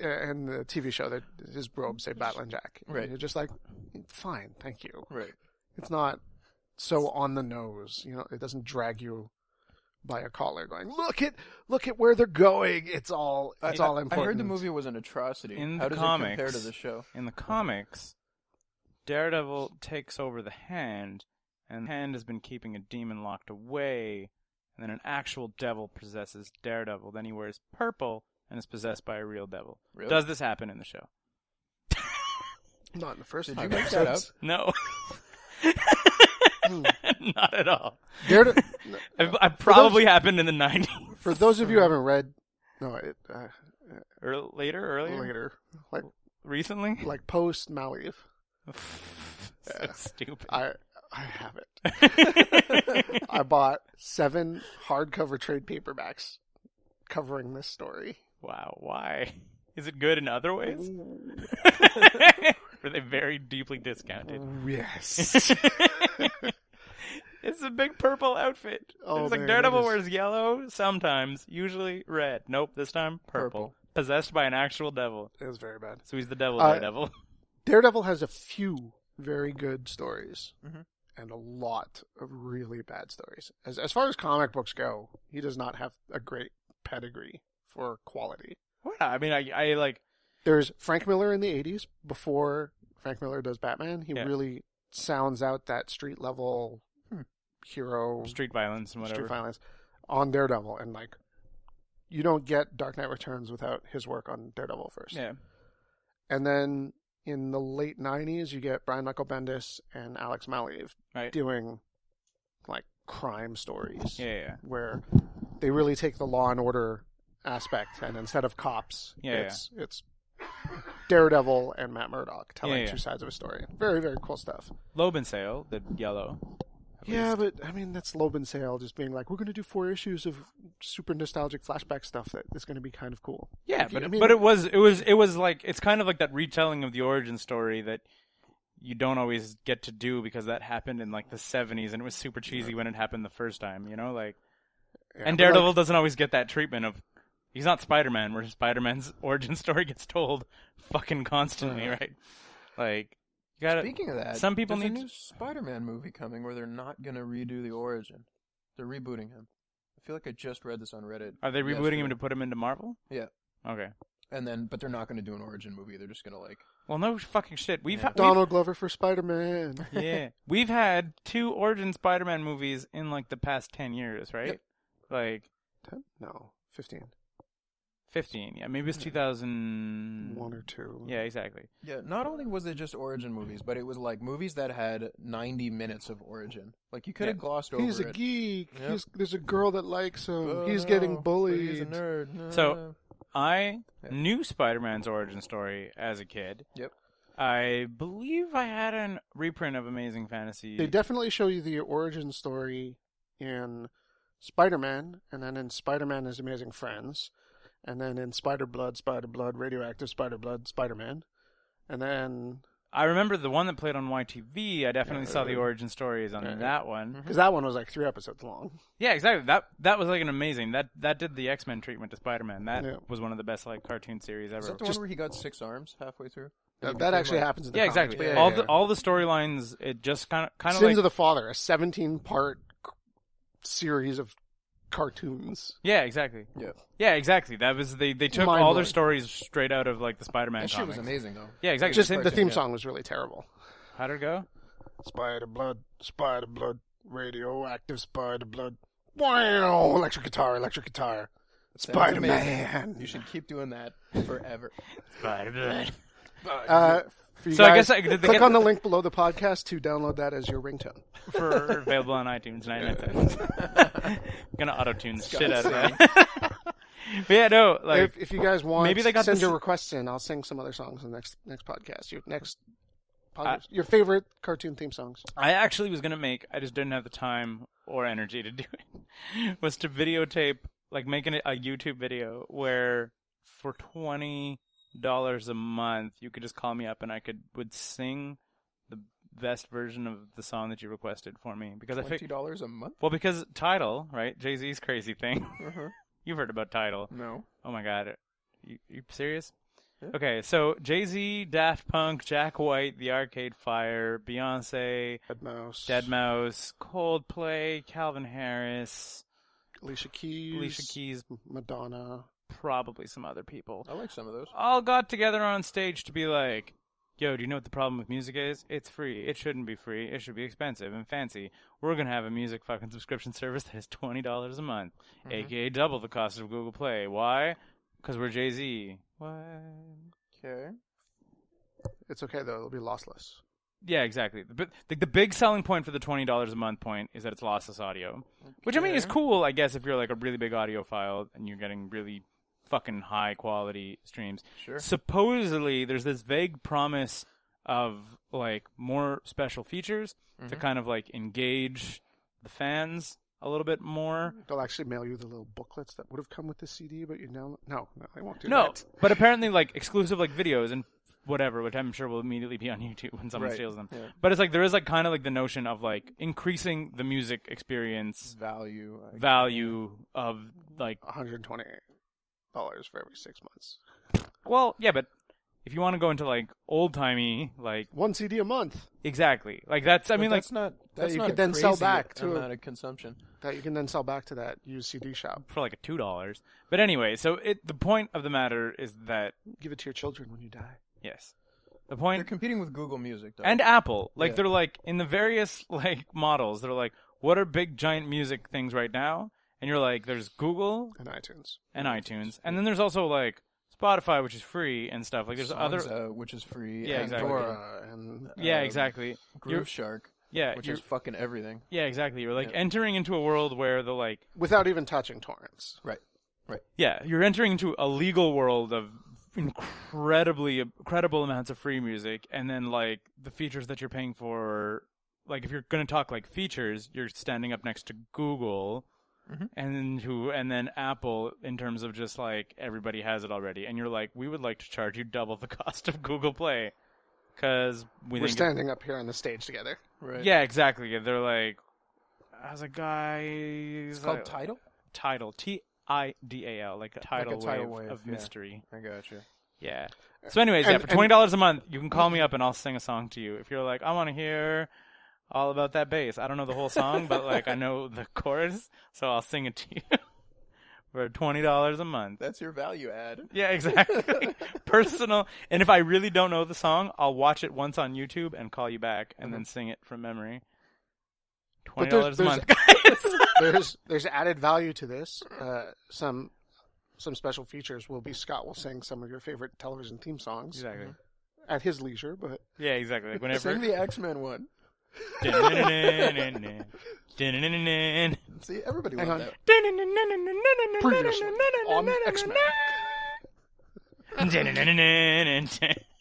Speaker 2: and the TV show that his robes say Battling Jack. And
Speaker 3: Right.
Speaker 2: You're just like, fine, thank you.
Speaker 3: Right.
Speaker 2: It's not so on the nose. You know, it doesn't drag you by a collar going, look at look at where they're going. It's all it's all important.
Speaker 3: I heard the movie was an atrocity.
Speaker 1: In
Speaker 3: How
Speaker 1: the
Speaker 3: does it compare
Speaker 1: comics.
Speaker 3: to the show?
Speaker 1: in the comics, Daredevil takes over the hand, and the hand has been keeping a demon locked away, and then an actual devil possesses Daredevil. Then he wears purple and is possessed by a real devil.
Speaker 3: Really?
Speaker 1: Does this happen in the show?
Speaker 2: Not in the first
Speaker 3: Did you
Speaker 2: five
Speaker 3: make that up?
Speaker 2: episodes. *laughs*
Speaker 1: No. *laughs* Not at all.
Speaker 2: *laughs* Darede-
Speaker 3: *laughs*
Speaker 1: It, it probably happened in the 90s.
Speaker 2: for
Speaker 1: *laughs*
Speaker 2: those of you who
Speaker 3: Uh-huh.
Speaker 2: haven't read, no, it, uh,
Speaker 1: Or later,
Speaker 3: Oh,
Speaker 1: earlier?
Speaker 2: later, like
Speaker 1: Recently? *laughs*
Speaker 2: *laughs* like post Malif.
Speaker 1: so
Speaker 2: *laughs*
Speaker 1: stupid. *laughs*
Speaker 2: I I have it. I bought seven hardcover trade paperbacks covering this story.
Speaker 1: wow, why? Is it good in other ways?
Speaker 2: Mm.
Speaker 1: *laughs* Were they very deeply
Speaker 2: *laughs*
Speaker 1: discounted?
Speaker 2: Yes.
Speaker 1: It's a big purple outfit.
Speaker 2: Oh,
Speaker 1: it's like
Speaker 2: man,
Speaker 1: Daredevil
Speaker 2: it is-
Speaker 1: wears yellow sometimes, usually red. Nope, this time purple.
Speaker 3: Purple.
Speaker 1: Possessed by an actual devil.
Speaker 2: It was very bad.
Speaker 1: So he's the devil
Speaker 2: Uh,
Speaker 1: Daredevil. *laughs*
Speaker 2: Daredevil has a few very good stories
Speaker 3: Mhm.
Speaker 2: and a lot of really bad stories. As as far as comic books go, he does not have a great pedigree for quality.
Speaker 1: What? I mean, I, I like.
Speaker 2: There's Frank Miller in the 80s before Frank Miller does Batman. He
Speaker 1: Yeah.
Speaker 2: really sounds out that street level hero
Speaker 1: street violence and whatever.
Speaker 2: street violence on Daredevil and like you don't get Dark Knight Returns without his work on Daredevil first.
Speaker 1: Yeah,
Speaker 2: And then in the late 90s you get Brian Michael Bendis and Alex Maleev
Speaker 1: right.
Speaker 2: doing like crime stories
Speaker 1: Yeah, yeah, yeah.
Speaker 2: where they really take the law and order aspect and instead of cops
Speaker 1: Yeah,
Speaker 2: it's it's Daredevil and Matt Murdock telling
Speaker 1: Yeah, yeah.
Speaker 2: two sides of a story. Very very cool stuff.
Speaker 1: Lobensail, the yellow. at
Speaker 2: Yeah,
Speaker 1: least.
Speaker 2: but I mean that's Loban Sale just being like, we're going to do four issues of super nostalgic flashback stuff that is going to be kind of cool.
Speaker 1: yeah,
Speaker 2: Like,
Speaker 1: but
Speaker 2: I mean,
Speaker 1: but it was it was it was like it's kind of like that retelling of the origin story that you don't always get to do because that happened in like the 70s and it was super cheesy when it happened the first time, you know, like
Speaker 2: yeah,
Speaker 1: and
Speaker 2: but, like,
Speaker 1: Daredevil doesn't always get that treatment of he's not Spider Man, where Spider Man's *laughs* origin story gets told fucking constantly,
Speaker 2: Uh-huh.
Speaker 1: right? Like you gotta
Speaker 3: Speaking of that,
Speaker 1: some people
Speaker 3: there's
Speaker 1: need
Speaker 3: a new Spider-Man movie coming where they're not going to redo the origin. They're rebooting him. I feel like I just read this on Reddit.
Speaker 1: Are they rebooting him
Speaker 3: yesterday.
Speaker 1: to put him into Marvel?
Speaker 3: Yeah.
Speaker 1: Okay.
Speaker 3: And then, but they're not going to do an origin movie. They're just going to like.
Speaker 1: Well no fucking shit. We've
Speaker 3: Yeah.
Speaker 1: had
Speaker 2: Donald Glover for Spider Man.
Speaker 1: *laughs* yeah. We've had two origin Spider-Man movies in like the past 10 years, right?
Speaker 3: Yep.
Speaker 1: Like
Speaker 2: no, fifteen,
Speaker 1: 15. Yeah, maybe it's 2000
Speaker 2: one or two.
Speaker 1: Hmm. Yeah, exactly.
Speaker 3: Yeah, not only was it just origin movies, but it was like movies that had 90 minutes of origin. Like you could have
Speaker 1: Yeah.
Speaker 3: glossed over
Speaker 2: he's a
Speaker 3: it.
Speaker 2: geek.
Speaker 3: Yep.
Speaker 2: He's, there's a girl that likes him.
Speaker 3: Oh,
Speaker 2: he's
Speaker 3: no,
Speaker 2: getting
Speaker 3: but
Speaker 2: bullied.
Speaker 3: He's a nerd. No.
Speaker 1: So- I
Speaker 3: Yeah.
Speaker 1: knew Spider-Man's origin story as a kid.
Speaker 3: Yep.
Speaker 1: I believe I had an reprint of Amazing Fantasy.
Speaker 2: They definitely show you the origin story in Spider Man, and then in Spider Man His Amazing Friends, and then in Spider Blood, Spider Blood, Radioactive Spider Blood, Spider Man, and then
Speaker 1: I remember the one that played on YTV. I definitely saw the origin stories on
Speaker 2: Yeah. Mm-hmm.
Speaker 1: that one.
Speaker 2: because that one was like three episodes long.
Speaker 1: Yeah, exactly. That that was like an amazing. That that did the X-Men treatment to Spider-Man. That
Speaker 2: Yeah.
Speaker 1: was one of the best like cartoon series ever.
Speaker 3: Is that the
Speaker 2: Just-
Speaker 3: one where he got six arms halfway through?
Speaker 2: That, that actually happens. In the
Speaker 1: yeah,
Speaker 2: comics,
Speaker 1: exactly.
Speaker 2: but
Speaker 3: yeah,
Speaker 1: all
Speaker 3: yeah,
Speaker 1: the
Speaker 3: yeah.
Speaker 1: all the storylines it just kind of kind
Speaker 2: Sins
Speaker 1: of like
Speaker 2: of the Father, a 17 part series of cartoons.
Speaker 1: Yeah, exactly.
Speaker 3: Yeah.
Speaker 1: Yeah, exactly. That was they they took all
Speaker 2: Mind-blowing.
Speaker 1: their stories straight out of like the Spider-Man
Speaker 3: That shit
Speaker 1: comics.
Speaker 3: was amazing, though.
Speaker 1: Yeah, exactly.
Speaker 2: Just
Speaker 1: Same
Speaker 2: the
Speaker 1: thing.
Speaker 2: theme song was really terrible.
Speaker 1: How'd it go?
Speaker 2: Spider blood, spider blood, radioactive spider blood. Wow, electric guitar, electric guitar.
Speaker 3: That was
Speaker 2: Spider
Speaker 3: amazing.
Speaker 2: Man.
Speaker 3: You should keep
Speaker 1: *laughs*
Speaker 3: doing that forever.
Speaker 1: Spider-Man.
Speaker 2: Uh, for you
Speaker 1: So I guess
Speaker 2: guys,
Speaker 1: I- did they
Speaker 2: click
Speaker 1: get-
Speaker 2: on the link below the podcast to download that as your ringtone.
Speaker 1: For available on iTunes, 99 cents. Gonna auto-tune the shit out of that. *laughs* but yeah, no, like
Speaker 2: if, if you guys want,
Speaker 1: maybe they got
Speaker 2: send
Speaker 1: this-
Speaker 2: your requests in. I'll sing some other songs in the next next podcast. Your next podcast, your favorite cartoon theme songs.
Speaker 1: I actually was gonna make, I just didn't have the time or *laughs* energy to do it. Was to videotape, like making a YouTube video where for twenty dollars a month, you could just call me up and I could would sing the best version of the song that you requested for me because I
Speaker 3: Twenty
Speaker 1: think
Speaker 3: dollars a month?
Speaker 1: well because title right Jay Z's crazy thing *laughs*
Speaker 3: Uh-huh.
Speaker 1: you've heard about title
Speaker 3: No.
Speaker 1: oh my god you, you serious
Speaker 3: Yeah.
Speaker 1: okay so Jay Z Daft Punk Jack White The Arcade Fire Beyonce
Speaker 2: Dead Mouse.
Speaker 1: Dead Mouse Coldplay Calvin Harris
Speaker 2: Alicia Keys.
Speaker 1: Alicia Keys
Speaker 2: Madonna.
Speaker 1: probably some other people
Speaker 3: I like some of those.
Speaker 1: all got together on stage to be like, yo, do you know what the problem with music is? It's free. It shouldn't be free. It should be expensive and fancy. We're going to have a music fucking subscription *laughs* service that is $20 a month, aka double the cost of Google Play. Why? Because we're Jay Z. What?
Speaker 3: Okay.
Speaker 2: It's okay though; it'll be lossless.
Speaker 1: Yeah, exactly. The, bi- the, the big selling point for the $20 a month point is that it's lossless audio. Which, I mean, is
Speaker 3: Okay.
Speaker 1: cool, I guess, if you're like a really big audiophile and you're getting really fucking high quality streams.
Speaker 3: Sure.
Speaker 1: supposedly there's this vague promise of like more special features to
Speaker 3: Mm-hmm.
Speaker 1: kind of like engage the fans a little bit more.
Speaker 2: They'll actually mail you the little booklets that would have come with the CD, but you now no, no, they won't do
Speaker 1: no,
Speaker 2: that.
Speaker 1: but apparently like exclusive like videos and whatever, which I'm sure will immediately be on *laughs* YouTube when someone
Speaker 3: Right,
Speaker 1: steals them.
Speaker 3: yeah.
Speaker 1: But it's like there is like kind of like the notion of like increasing the music experience
Speaker 3: Value. I-
Speaker 1: value of like
Speaker 2: One hundred twenty dollars for every six months.
Speaker 1: well, yeah, but if you want to go into like old timey, like
Speaker 2: One CD a month
Speaker 1: exactly, like that's I
Speaker 3: But
Speaker 1: mean like
Speaker 3: that's not that's
Speaker 2: you
Speaker 3: not
Speaker 2: could
Speaker 3: a
Speaker 2: then sell
Speaker 3: crazy
Speaker 2: back to-
Speaker 3: amount of consumption.
Speaker 2: that you can then sell back to that used CD shop.
Speaker 1: for like a two dollars. But anyway, so it the point of the matter is that
Speaker 2: Give it to your children when you die.
Speaker 1: yes, the
Speaker 3: They're
Speaker 1: point
Speaker 3: competing with Google Music though.
Speaker 1: and Apple like
Speaker 3: Yeah.
Speaker 1: they're like in the various *laughs* like models they're like what are big giant music things right now and you're like there's Google
Speaker 2: And iTunes.
Speaker 1: and iTunes and then there's also like Spotify which is free and stuff like there's other
Speaker 3: Sansa, uh, which is free.
Speaker 1: Yeah,
Speaker 3: and
Speaker 1: exactly.
Speaker 3: Pandora,
Speaker 2: Pandora uh, and
Speaker 1: yeah
Speaker 3: um,
Speaker 1: exactly You're-
Speaker 3: Groove Shark,
Speaker 1: yeah
Speaker 3: which
Speaker 1: you're-
Speaker 3: is fucking everything.
Speaker 1: yeah exactly you're like
Speaker 3: Yeah.
Speaker 1: entering into a world where the like
Speaker 2: without even touching torrents.
Speaker 3: Right.
Speaker 1: Yeah, you're entering into a legal world of incredibly incredible amounts of free music, and then like the features that you're paying for. Like if you're going to talk like features, you're standing up next to Google, and then who, and then Apple in terms of just like everybody has it already, and you're like, we would like to charge you double the *laughs* cost of Google Play, because we
Speaker 2: We're
Speaker 1: think it-
Speaker 2: standing up here on the stage together.
Speaker 3: Right.
Speaker 1: yeah, exactly. They're like, as a guy, it's
Speaker 3: It's called Tidal.
Speaker 1: title T I D A L, like a tidal,
Speaker 3: tidal
Speaker 1: wave,
Speaker 3: wave,
Speaker 1: of
Speaker 3: yeah.
Speaker 1: mystery.
Speaker 3: I gotcha.
Speaker 1: Yeah. So, anyways, yeah,
Speaker 2: and-
Speaker 1: for
Speaker 2: and-
Speaker 1: twenty dollars a month, you can call me up and I'll sing a song to you. If you're like, I want to hear all about that bass. I don't know the whole song, but like I know the *laughs* chorus, so I'll sing it to you *laughs* for twenty dollars a month.
Speaker 3: That's your value add.
Speaker 1: Yeah, exactly. Personal. And if I really don't know the song, I'll watch it once on YouTube and call you back and then sing it from memory. Twenty
Speaker 2: But there's-
Speaker 1: dollars a month, *laughs* guys.
Speaker 2: There's there's added value to this. Uh, some some special features will be Scott will sing some of your favorite television theme songs
Speaker 1: exactly.
Speaker 2: at his leisure, but
Speaker 1: Yeah, exactly. Like whenever
Speaker 3: Sing the X Men one.
Speaker 1: Previously
Speaker 3: See, everybody
Speaker 2: Hang
Speaker 3: wants
Speaker 2: on.
Speaker 3: that.
Speaker 2: Previously on X-Men.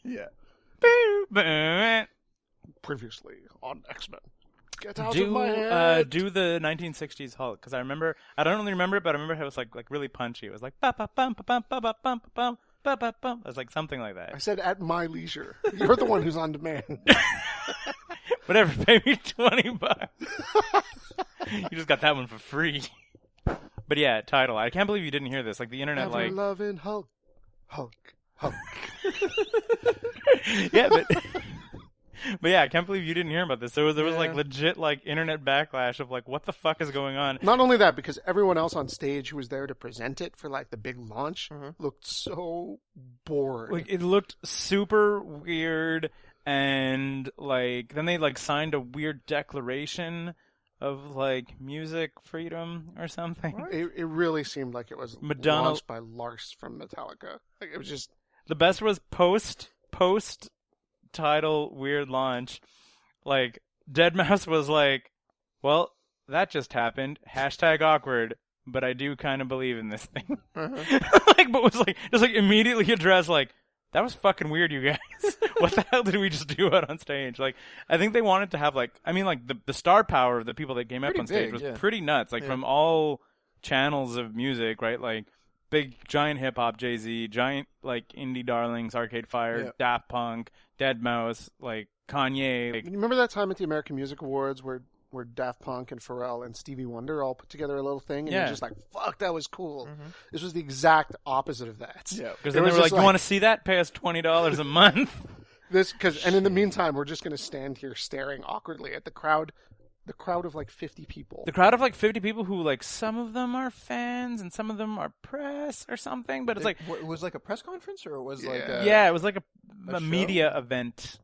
Speaker 3: Yeah.
Speaker 2: previously on X Men. Get out of
Speaker 1: Do
Speaker 2: my head.
Speaker 1: uh, do the 1960s Hulk because I remember I don't really remember it, but I remember it was like like really punchy. It was like ba ba bum ba bum ba ba bum ba bum ba ba bum. It was like something like
Speaker 2: I *laughs*
Speaker 1: that.
Speaker 2: said at my leisure. You're the one who's on
Speaker 1: *laughs*
Speaker 2: demand.
Speaker 1: Whatever, pay me twenty bucks. *laughs* you just got that one for free. But yeah, title. I can't believe you didn't hear this. Like the internet, like
Speaker 2: loving Hulk, Hulk, Hulk.
Speaker 1: *laughs* yeah, but but yeah, I can't believe you didn't hear about this. There was there was like
Speaker 3: Yeah.
Speaker 1: legit like internet backlash of like what the fuck is going on.
Speaker 2: Not only that, because everyone else on stage who was there to present it for like the big launch looked so bored.
Speaker 1: Mm-hmm. Like it looked super weird, and like then they like signed a weird declaration of like music freedom or something.
Speaker 2: it, it really seemed like it was
Speaker 1: Madonna-
Speaker 2: launched by Lars from Metallica. Like it was just
Speaker 1: The best was post post title weird launch. Like Dead Mouse *laughs* was like, well, that just happened. Hashtag awkward. But I do kind of believe in this thing.
Speaker 3: Uh-huh.
Speaker 1: *laughs* like, but was like just like immediately addressed like that was fucking weird, you guys. *laughs* what the hell did we just do out on stage? Like, I think they wanted to have like, I mean, like the the star power of the people that came up
Speaker 3: Pretty
Speaker 1: on stage
Speaker 3: big,
Speaker 1: was
Speaker 3: yeah.
Speaker 1: pretty nuts. Like
Speaker 3: Yeah.
Speaker 1: from all channels of music, right? Like big giant hip hop Jay Z, giant like indie darlings, Arcade Fire,
Speaker 3: Yeah.
Speaker 1: Daft Punk, Dead Mouse, like Kanye. Like,
Speaker 2: You remember that time at the American Music Awards where where Daft Punk and Pharrell and Stevie Wonder all put together a little thing, and
Speaker 1: Yeah.
Speaker 2: you're just like, "Fuck, that was cool." This was the exact opposite of that.
Speaker 3: Yeah.
Speaker 1: because then
Speaker 2: It
Speaker 1: they
Speaker 2: was
Speaker 1: were like,
Speaker 2: just
Speaker 1: "You want to see that? Pay us twenty dollars a month." *laughs*
Speaker 2: This because, and in the meantime, we're just gonna stand here staring awkwardly at the crowd, the crowd of like fifty people.
Speaker 1: the crowd of like fifty people who like some of them are fans and some of them are press or something, but it's like
Speaker 3: It- what- it was like a press conference, or it was like
Speaker 2: Yeah.
Speaker 3: a,
Speaker 1: yeah, it was like a,
Speaker 3: a
Speaker 1: a
Speaker 3: show?
Speaker 1: media event,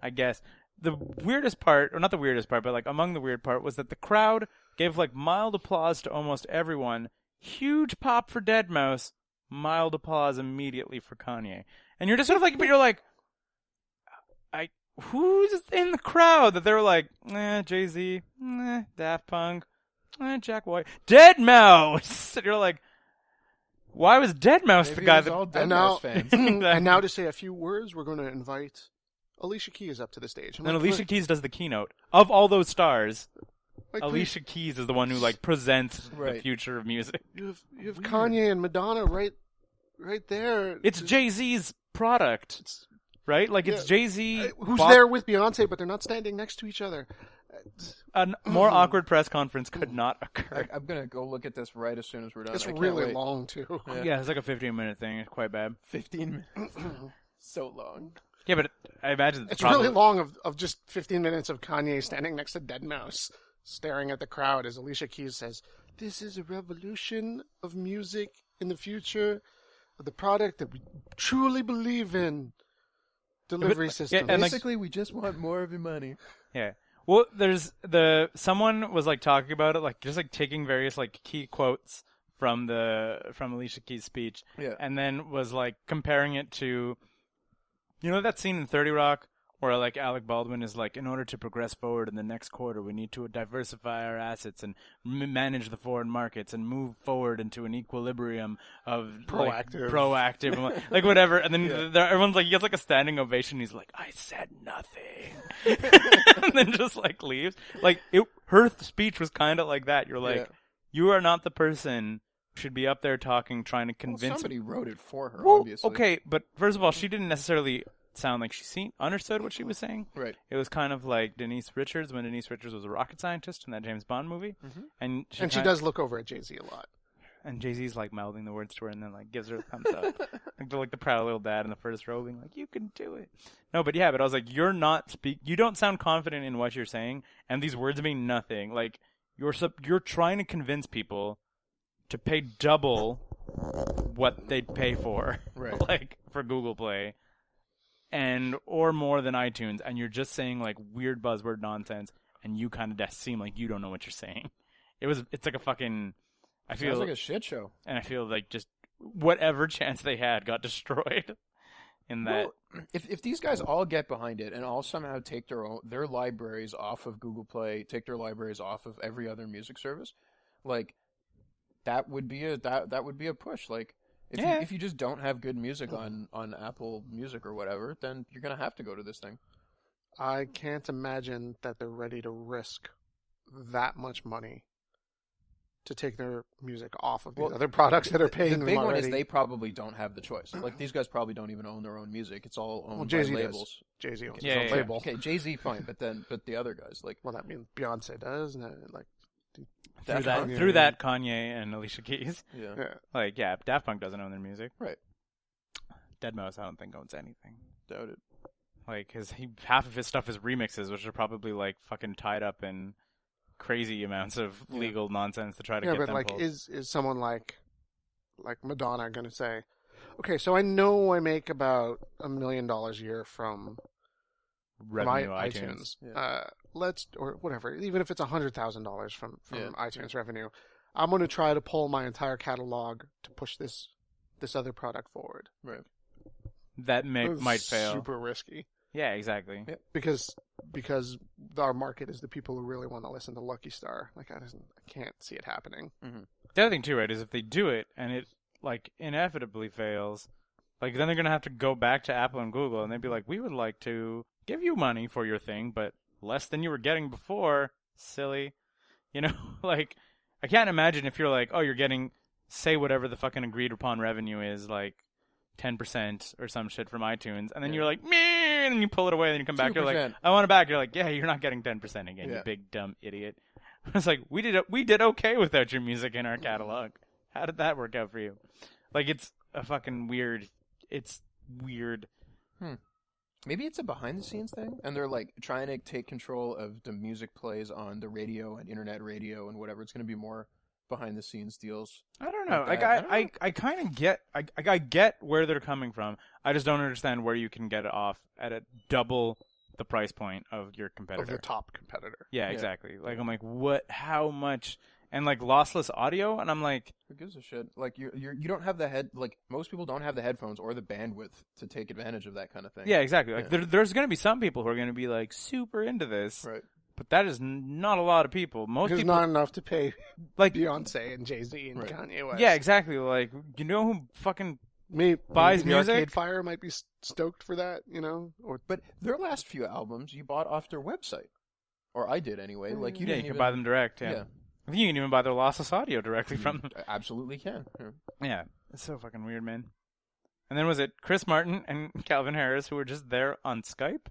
Speaker 1: I guess. The weirdest part, or not the weirdest part, but like among the weird part, was that the crowd gave like mild applause to almost everyone. Huge pop for Dead Mouse, mild applause immediately for Kanye. And you're just sort of like, but you're like, I who's in the crowd that they were like, eh, Jay Z, eh, Daft Punk, eh, Jack White, Dead Mouse. *laughs* And you're like, why was Dead Mouse
Speaker 3: Maybe
Speaker 1: the guy
Speaker 3: it was
Speaker 1: that
Speaker 3: all Dead
Speaker 2: and
Speaker 3: Mouse
Speaker 2: now,
Speaker 1: *laughs*
Speaker 2: *laughs*
Speaker 3: fans.
Speaker 2: and now to say a few words, we're going to invite Alicia Keys up to the stage. I'm
Speaker 1: And then
Speaker 2: like,
Speaker 1: Alicia
Speaker 2: "Look,
Speaker 1: Keys does the keynote. Of all those stars,
Speaker 2: like, please,
Speaker 1: Alicia Keys is the one who like presents the
Speaker 3: Right.
Speaker 1: future of music.
Speaker 2: you have you have Kanye and Madonna right, right there.
Speaker 1: It's Jay Z's product,
Speaker 2: It's-
Speaker 1: right? Like it's
Speaker 2: Yeah. Uh,
Speaker 1: Jay Z.
Speaker 2: who's there with Beyonce, but they're not standing next to each other.
Speaker 1: A
Speaker 2: *clears throat*
Speaker 1: more awkward press conference could not occur.
Speaker 3: I, I'm gonna go look at this right as soon as we're done.
Speaker 2: It's
Speaker 3: I can't
Speaker 2: really
Speaker 3: wait.
Speaker 2: long too. *laughs*
Speaker 3: Yeah.
Speaker 1: Yeah, it's like a 15 minute thing. It's quite bad.
Speaker 3: Fifteen
Speaker 1: *laughs*
Speaker 3: minutes. so long.
Speaker 1: Yeah, but I imagine
Speaker 2: It's
Speaker 1: probably-
Speaker 2: really long of, of just 15 minutes of Kanye standing next to Dead Mouse, staring at the crowd as Alicia Keys says, "This is a revolution of music in the future, of the product that we truly believe in." Delivery
Speaker 1: yeah,
Speaker 2: system.
Speaker 1: And, like-
Speaker 3: Basically, we just want more of your money.
Speaker 1: Yeah. Well, there's the someone was like talking about it, like just like taking various like key quotes from the from Alicia Keys' speech,
Speaker 3: Yeah.
Speaker 1: and then was like comparing it to, you know, that scene in Thirty Rock where like Alec Baldwin is like, in order to progress forward in the next quarter, we need to diversify our assets and m- manage the foreign markets and move forward into an equilibrium of like,
Speaker 2: Proactive.
Speaker 1: proactive, and, like- like whatever. And then th- there- everyone's like, he gets like a standing ovation. He's like, I said
Speaker 3: *laughs*
Speaker 1: nothing, and then just like leaves. Like it, her th- speech was kind of like that. You're like,
Speaker 3: Yeah.
Speaker 1: you are not the person who should be up there talking, trying to convince.
Speaker 3: well, somebody wrote it for her.
Speaker 1: Well,
Speaker 3: obviously. Mm-hmm.
Speaker 1: okay, but first of all, she didn't necessarily sound like she seen, understood what she was saying.
Speaker 3: Right.
Speaker 1: It was kind of like Denise Richards when Denise Richards was a rocket scientist in that James Bond movie,
Speaker 3: Mm-hmm.
Speaker 1: and she
Speaker 2: and she
Speaker 1: kinda-
Speaker 2: does look over at Jay Z a lot.
Speaker 1: and Jay Z's like mouthing the words to her, and then like gives her a thumbs
Speaker 3: *laughs*
Speaker 1: up, like the, like the proud little dad in the first row being like, "You can do it." No, but yeah, but I was like, "You're not speak. You don't sound confident in what you're saying, and these words mean nothing. Like you're sub- you're trying to convince people to pay double what they'd pay for,
Speaker 3: Right.
Speaker 1: *laughs* like for Google Play." And or more than iTunes, and you're just saying like weird buzzword nonsense, and you kind of seem like you don't know what you're saying. It was, it's like a fucking. I feel
Speaker 3: Sounds like a shit show.
Speaker 1: and I feel like just whatever *laughs* chance they had got destroyed *laughs* in that.
Speaker 3: Well, if if these guys all get behind it and all somehow take their own their libraries off of Google Play, take their libraries off of every other music service, like that would be a that that would be a push. Like if
Speaker 1: Yeah.
Speaker 3: you, if you just don't have good music on on Apple Music or whatever, then you're gonna have to go to this thing.
Speaker 2: I can't imagine that they're ready to risk that much money to take their music off of these
Speaker 3: Well,
Speaker 2: other products that are paying
Speaker 3: The
Speaker 2: them
Speaker 3: big one
Speaker 2: already.
Speaker 3: is they probably don't have the choice. Like these guys probably don't even own their own music. It's all owned
Speaker 2: well,
Speaker 3: by
Speaker 2: Jay Z does.
Speaker 3: labels.
Speaker 2: Jay Z owns
Speaker 1: Yeah,
Speaker 2: his own
Speaker 1: yeah, yeah.
Speaker 2: label.
Speaker 3: Okay, Jay Z fine, but then but the other guys like
Speaker 2: Well, that means Beyonce does, and it, like
Speaker 1: through that,
Speaker 2: Kanye.
Speaker 1: through that Kanye and Alicia Keys. *laughs*
Speaker 3: yeah.
Speaker 2: yeah.
Speaker 1: Like, yeah, Daft Punk doesn't own their music.
Speaker 3: Right.
Speaker 1: Deadmau5 I don't think owns anything.
Speaker 3: Doubt it.
Speaker 1: Like his he, half of his stuff is remixes, which are probably like fucking tied up in crazy amounts of legal nonsense to try to
Speaker 2: yeah,
Speaker 1: get
Speaker 2: but
Speaker 1: them
Speaker 2: like,
Speaker 1: pulled.
Speaker 2: is is someone like like Madonna gonna say, okay, so I know I make about a million dollars a year from
Speaker 1: Revenue
Speaker 2: my
Speaker 1: iTunes.
Speaker 2: iTunes. Uh, let's or whatever, even if it's a hundred thousand dollars from from
Speaker 3: Yeah.
Speaker 2: iTunes revenue, I'm gonna try to pull my entire catalog to push this this other product forward.
Speaker 3: Right.
Speaker 1: that may,
Speaker 2: That's
Speaker 1: might fail.
Speaker 2: Super risky
Speaker 1: Yeah, exactly.
Speaker 3: Yeah.
Speaker 2: because because our market is the people who really want to listen to Lucky Star. Like I just I can't see it happening.
Speaker 1: The other thing too, right, is if they do it and it like inevitably fails, like then they're gonna have to go back to Apple and Google and they'd be like, "We would like to give you money for your thing, but less than you were getting *laughs* before." Silly, you know. like I can't imagine if you're like, "Oh, you're getting say whatever the fucking agreed upon revenue is, like ten percent or some shit from iTunes, and then you're like, meh, and then you pull it away, and then you come back, you're like,
Speaker 3: 2%.
Speaker 1: I want it back. You're like, yeah, you're not getting ten percent again, you
Speaker 3: Yeah.
Speaker 1: big dumb idiot. *laughs* It's like we did we did okay without your music in our catalog. How did that work out for you? Like it's a fucking weird. It's weird.
Speaker 3: Maybe it's a behind the scenes thing, and they're like trying to take control of the music plays on the radio and internet radio and whatever. It's going to be more behind the scenes deals.
Speaker 1: I don't know. Like
Speaker 3: Like that.
Speaker 1: I, I, I kind of get, I, I- I get where they're coming from. I just don't understand where you can get it off at a double the price point of your
Speaker 2: of
Speaker 1: competitor.
Speaker 2: your top competitor.
Speaker 1: Yeah,
Speaker 3: Yeah.
Speaker 1: exactly. Like I'm like, what? How much? And like lossless audio, and I'm like,
Speaker 3: Who gives a shit? Like you, you, you don't have the head. Like most people don't have the headphones or the bandwidth to take advantage of that kind of thing.
Speaker 1: yeah, exactly. Like
Speaker 3: Yeah.
Speaker 1: there, there's gonna be some people who are gonna be like super into this,
Speaker 3: Right.
Speaker 1: but that is n- not a lot of people. Most
Speaker 2: Because
Speaker 1: people,
Speaker 2: not enough to pay
Speaker 1: *laughs* like,
Speaker 2: Beyonce and Jay Z and
Speaker 3: Right.
Speaker 2: Kanye West.
Speaker 1: yeah, exactly. Like you know who fucking
Speaker 2: me
Speaker 1: Buys
Speaker 2: the
Speaker 1: music?
Speaker 2: Arcade Fire might be s- stoked for that, you know, or
Speaker 3: But their last few albums you bought off their website, or I did anyway. Like you
Speaker 1: yeah, you
Speaker 3: didn't
Speaker 1: can
Speaker 3: even-
Speaker 1: buy them direct. Yeah.
Speaker 3: Yeah.
Speaker 1: I think you can even buy their lossless audio directly *laughs*
Speaker 2: Mm.
Speaker 1: from them.
Speaker 3: I absolutely can. Yeah.
Speaker 1: Yeah, it's so fucking weird, man. And then was it Chris Martin and *laughs* Calvin Harris who were just there on Skype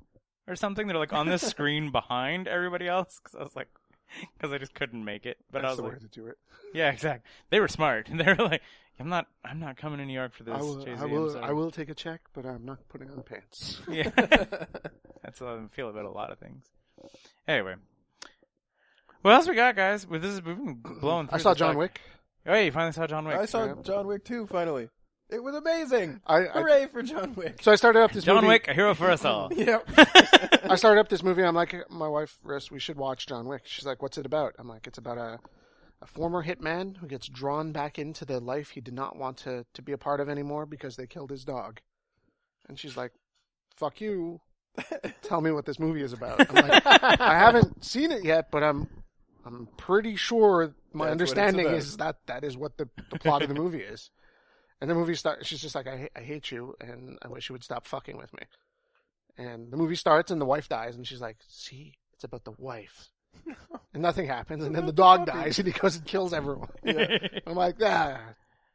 Speaker 1: or something? They're like on
Speaker 2: *laughs*
Speaker 1: the screen behind everybody else because I was like, *laughs* because I just couldn't make it. But I
Speaker 2: that's
Speaker 1: was
Speaker 2: the
Speaker 1: like,
Speaker 2: way to do it.
Speaker 1: yeah, exactly. They were smart. *laughs* They were like, I'm not, I'm not coming to New York for this.
Speaker 2: I will,
Speaker 1: Jay-Z,
Speaker 2: I
Speaker 1: I'm
Speaker 2: will,
Speaker 1: sorry."
Speaker 2: I will take a check, but I'm not putting on pants.
Speaker 1: Yeah, that's how I feel about a lot of things. Anyway, what else we got, guys? Well, this is we've been blowing.
Speaker 2: I
Speaker 1: through
Speaker 2: saw
Speaker 1: this,
Speaker 2: John
Speaker 1: like-
Speaker 2: Wick.
Speaker 1: Oh, yeah, you finally saw John Wick.
Speaker 3: I saw
Speaker 2: Yeah.
Speaker 3: John Wick 2 finally. It was amazing.
Speaker 2: I- I-
Speaker 3: Hooray for John Wick.
Speaker 2: So I started up this
Speaker 1: John
Speaker 2: movie.
Speaker 1: Wick, a hero for us
Speaker 2: *laughs*
Speaker 3: *laughs*
Speaker 1: all. *laughs*
Speaker 3: Yep.
Speaker 2: I started up this movie. I'm like, my wife, Riss, we should watch John Wick. She's like, what's it about? I'm like, it's about a, a former hitman who gets drawn back into the life he did not want to, to be a part of anymore because they killed his dog. And she's like, fuck
Speaker 3: *laughs*
Speaker 2: you. Tell me what this movie is about. I'm like, I haven't seen it yet, but I'm I'm pretty sure my
Speaker 3: That's what it's
Speaker 2: understanding
Speaker 3: about.
Speaker 2: is that that is what the, the plot of the movie is. And the movie starts. She's just like, I, ha- I hate you, and I wish you would stop fucking with me. And the movie starts, and the wife dies, and she's like, "See, it's about the
Speaker 1: *laughs*
Speaker 2: wife." and nothing happens, and then the dog dies, and he goes and kills
Speaker 1: *laughs*
Speaker 2: everyone. *laughs* I'm like, ah,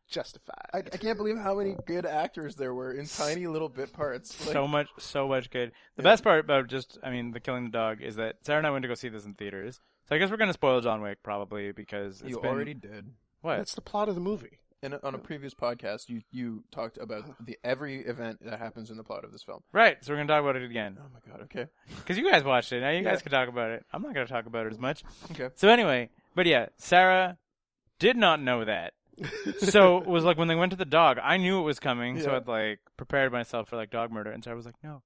Speaker 2: justified.
Speaker 3: I, I can't believe how many good actors there were in tiny little bit parts. Like,
Speaker 1: so much, so much good. The best part about just, I mean, the killing the dog is that Sarah and I went to go see this in theaters. So I guess we're gonna spoil John Wick probably because it's
Speaker 3: you
Speaker 1: been,
Speaker 3: already did.
Speaker 1: what?
Speaker 2: That's the plot of the movie.
Speaker 3: In a, on a previous podcast, you, you talked
Speaker 1: *sighs*
Speaker 3: about the every event that happens in the plot of this film.
Speaker 1: Right, so we're gonna talk about it again
Speaker 3: Oh my god. *laughs* Okay.
Speaker 1: because you guys watched it. Now you guys
Speaker 3: Yeah.
Speaker 1: can talk about it. I'm not gonna talk about it as much.
Speaker 3: Okay.
Speaker 1: So anyway, but yeah, Sarah did not know
Speaker 3: *laughs*
Speaker 1: that. so it was like when they went to the dog, I knew it was coming, so
Speaker 3: Yeah.
Speaker 1: I'd like prepared myself for like dog murder, and Sarah was like, no,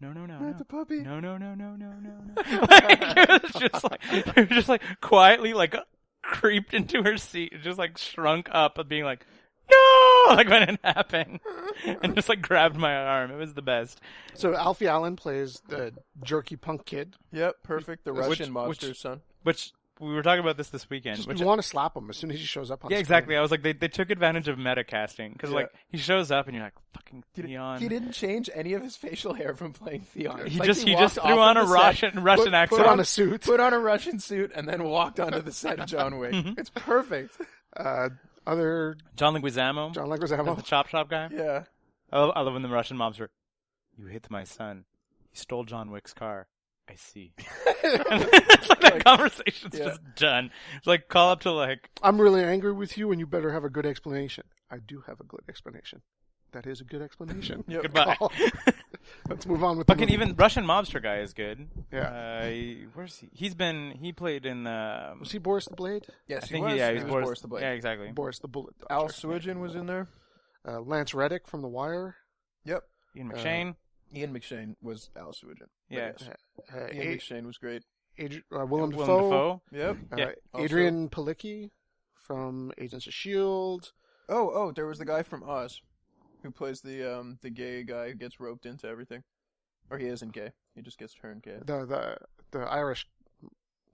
Speaker 1: no, no, no, no.
Speaker 3: Not *laughs* the puppy.
Speaker 1: no, no, no, no, no, no,
Speaker 3: *laughs*
Speaker 1: *laughs* no. like, it was just like, it was just like quietly, like creeped into her seat, just like shrunk up, of being like, no, *laughs* like when it
Speaker 3: *laughs*
Speaker 1: happened, and just like grabbed my arm. It was the best.
Speaker 2: So Alfie Allen plays the jerky punk kid.
Speaker 3: Yep. Perfect. The
Speaker 1: Which-
Speaker 3: Russian mobster's
Speaker 1: which-
Speaker 3: son.
Speaker 1: Which we were talking about this this weekend.
Speaker 2: Just
Speaker 1: which
Speaker 2: you want to slap him as soon as he shows up on
Speaker 1: yeah,
Speaker 2: screen.
Speaker 1: exactly. I was like, they they took advantage of meta casting because
Speaker 3: Yeah.
Speaker 1: like he shows up and you're like, fucking Theon.
Speaker 3: He didn't change any of his facial hair from playing Theon. It's
Speaker 1: He
Speaker 3: like
Speaker 1: just he,
Speaker 3: walked
Speaker 1: just
Speaker 3: off
Speaker 1: threw
Speaker 3: of
Speaker 1: on a
Speaker 3: the set,
Speaker 1: Russian Russian
Speaker 3: put-
Speaker 1: accent.
Speaker 2: Put
Speaker 1: *laughs*
Speaker 2: on a suit.
Speaker 3: put on a Russian suit, and then walked onto the set of John
Speaker 1: *laughs*
Speaker 3: Wick. it's perfect.
Speaker 2: Uh, other
Speaker 1: John Leguizamo,
Speaker 2: John
Speaker 1: the
Speaker 2: Oh. Leguizamo.
Speaker 1: chop shop guy.
Speaker 3: Yeah.
Speaker 1: I love, I love when the Russian mobs were, "You hit my son. He stole John Wick's car. I see." *laughs* it's like that conversation's
Speaker 3: yeah.
Speaker 1: just done. It's like call up to like,
Speaker 2: I'm really angry with you, and you better have a good explanation. I do have a good explanation. That is a
Speaker 1: *laughs*
Speaker 2: good explanation.
Speaker 3: Yep.
Speaker 1: Goodbye.
Speaker 2: Call. *laughs* Let's move on with the
Speaker 1: fucking
Speaker 2: movie.
Speaker 1: even Russian mobster guy is good.
Speaker 2: Yeah.
Speaker 1: Uh, he- where's he? He's been he played in the.
Speaker 2: Was he Boris the Blade?
Speaker 3: Yes,
Speaker 1: I
Speaker 3: he
Speaker 1: think
Speaker 3: was.
Speaker 1: he, yeah,
Speaker 3: he
Speaker 1: he's
Speaker 3: was
Speaker 1: Boris,
Speaker 3: Boris the Blade.
Speaker 1: Yeah, exactly.
Speaker 2: Boris the Bullet Dodger.
Speaker 3: Al Swidgen was in there.
Speaker 2: Uh, Lance Reddick from The Wire.
Speaker 3: Yep.
Speaker 1: Ian McShane.
Speaker 3: Ian McShane was Al Swidgen. But
Speaker 1: Yeah.
Speaker 3: yes,
Speaker 2: Uh,
Speaker 3: Ian
Speaker 2: A-
Speaker 3: McShane was great.
Speaker 2: Adri- uh,
Speaker 1: Willem
Speaker 2: Willem Dafoe.
Speaker 1: Dafoe.
Speaker 2: *laughs*
Speaker 3: Yep.
Speaker 2: Uh,
Speaker 1: Yeah.
Speaker 3: Also-
Speaker 2: Adrian Palicki from Agents of S.H.I.E.L.D.
Speaker 3: Oh, oh, there was the guy from Oz, who plays the um the gay guy who gets roped into everything, or he isn't gay. He just gets turned gay.
Speaker 2: The, the, the Irish.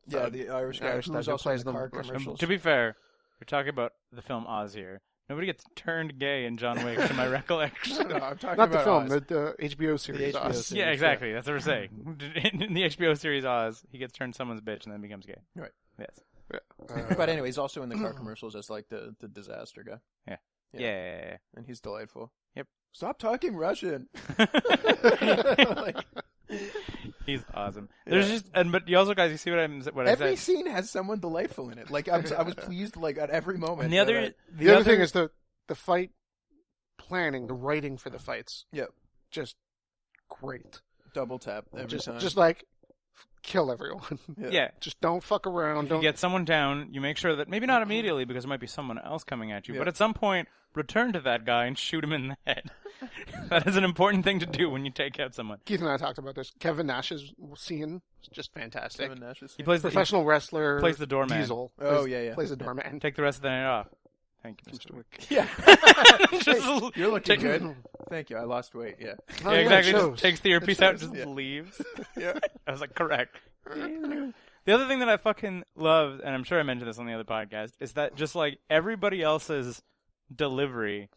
Speaker 3: Yeah, the Irish guy
Speaker 2: Irish
Speaker 3: who
Speaker 2: guy
Speaker 3: was
Speaker 2: who
Speaker 3: also in
Speaker 2: plays
Speaker 3: the
Speaker 2: the
Speaker 3: car
Speaker 2: Russian-
Speaker 3: commercials.
Speaker 1: To be fair, we're talking about the film Oz here. Nobody gets turned gay in John Wick, to my *laughs*
Speaker 3: No, *laughs*
Speaker 1: recollection.
Speaker 3: *laughs* no, I'm talking
Speaker 2: Not the
Speaker 3: about
Speaker 2: film,
Speaker 3: Oz.
Speaker 2: the, the HBO series.
Speaker 3: HBO
Speaker 2: Us.
Speaker 3: series.
Speaker 1: Yeah, exactly. *laughs* That's what we're saying. In the HBO series Oz, he gets turned someone's bitch and then becomes gay.
Speaker 3: Right.
Speaker 1: Yes.
Speaker 2: Uh,
Speaker 3: But anyway, he's also in the car commercials as like the, the disaster guy,
Speaker 1: Yeah.
Speaker 3: Yeah.
Speaker 1: yeah,
Speaker 3: and he's delightful.
Speaker 1: Yep.
Speaker 3: Stop
Speaker 1: *laughs*
Speaker 3: talking Russian. *laughs*
Speaker 1: yeah, *laughs*
Speaker 3: like,
Speaker 1: yeah. He's awesome. There's just and but you also guys, you see what I'm what I
Speaker 3: every
Speaker 1: said.
Speaker 3: scene has someone delightful in it. Like I was, I was pleased like at every moment.
Speaker 1: And the other
Speaker 3: that
Speaker 1: the,
Speaker 2: the, other, thing is the the fight planning, the writing for the fights.
Speaker 3: Yep.
Speaker 2: Just great.
Speaker 3: I double tap every
Speaker 2: just
Speaker 3: time.
Speaker 2: just like f- kill everyone. *laughs*
Speaker 3: yeah.
Speaker 1: yeah.
Speaker 2: just don't fuck around.
Speaker 1: You
Speaker 2: Don't
Speaker 1: get someone down. You make sure that maybe not immediately because there might be someone else coming at you,
Speaker 3: Mm-hmm. Yeah.
Speaker 1: but at some point, return to that guy and shoot him in the *laughs* head. that is an important thing to do when you take out someone.
Speaker 2: Keith and I talked about this. Kevin Nash's scene is just fantastic.
Speaker 3: Kevin Nash's
Speaker 1: He
Speaker 3: scene.
Speaker 1: plays the he-
Speaker 2: Professional wrestler
Speaker 1: plays the doorman.
Speaker 2: Diesel.
Speaker 3: Oh,
Speaker 2: plays-
Speaker 3: yeah, yeah.
Speaker 2: Plays the doorman.
Speaker 1: take the rest of the night off. Thank you, Mr. Wick.
Speaker 3: Yeah.
Speaker 1: *laughs* Just-
Speaker 3: You're looking
Speaker 1: take-
Speaker 3: good. Thank you. I lost weight.
Speaker 1: *laughs*
Speaker 3: Yeah.
Speaker 2: Oh,
Speaker 1: yeah,
Speaker 2: yeah, it
Speaker 1: exactly.
Speaker 2: shows.
Speaker 1: Just takes the earpiece out and
Speaker 3: shows,
Speaker 1: just
Speaker 3: yeah.
Speaker 1: leaves.
Speaker 3: Yeah.
Speaker 1: I was like,
Speaker 3: *laughs*
Speaker 1: correct. The other thing that I fucking love, and I'm sure I mentioned this on the other podcast, is that just like everybody else's delivery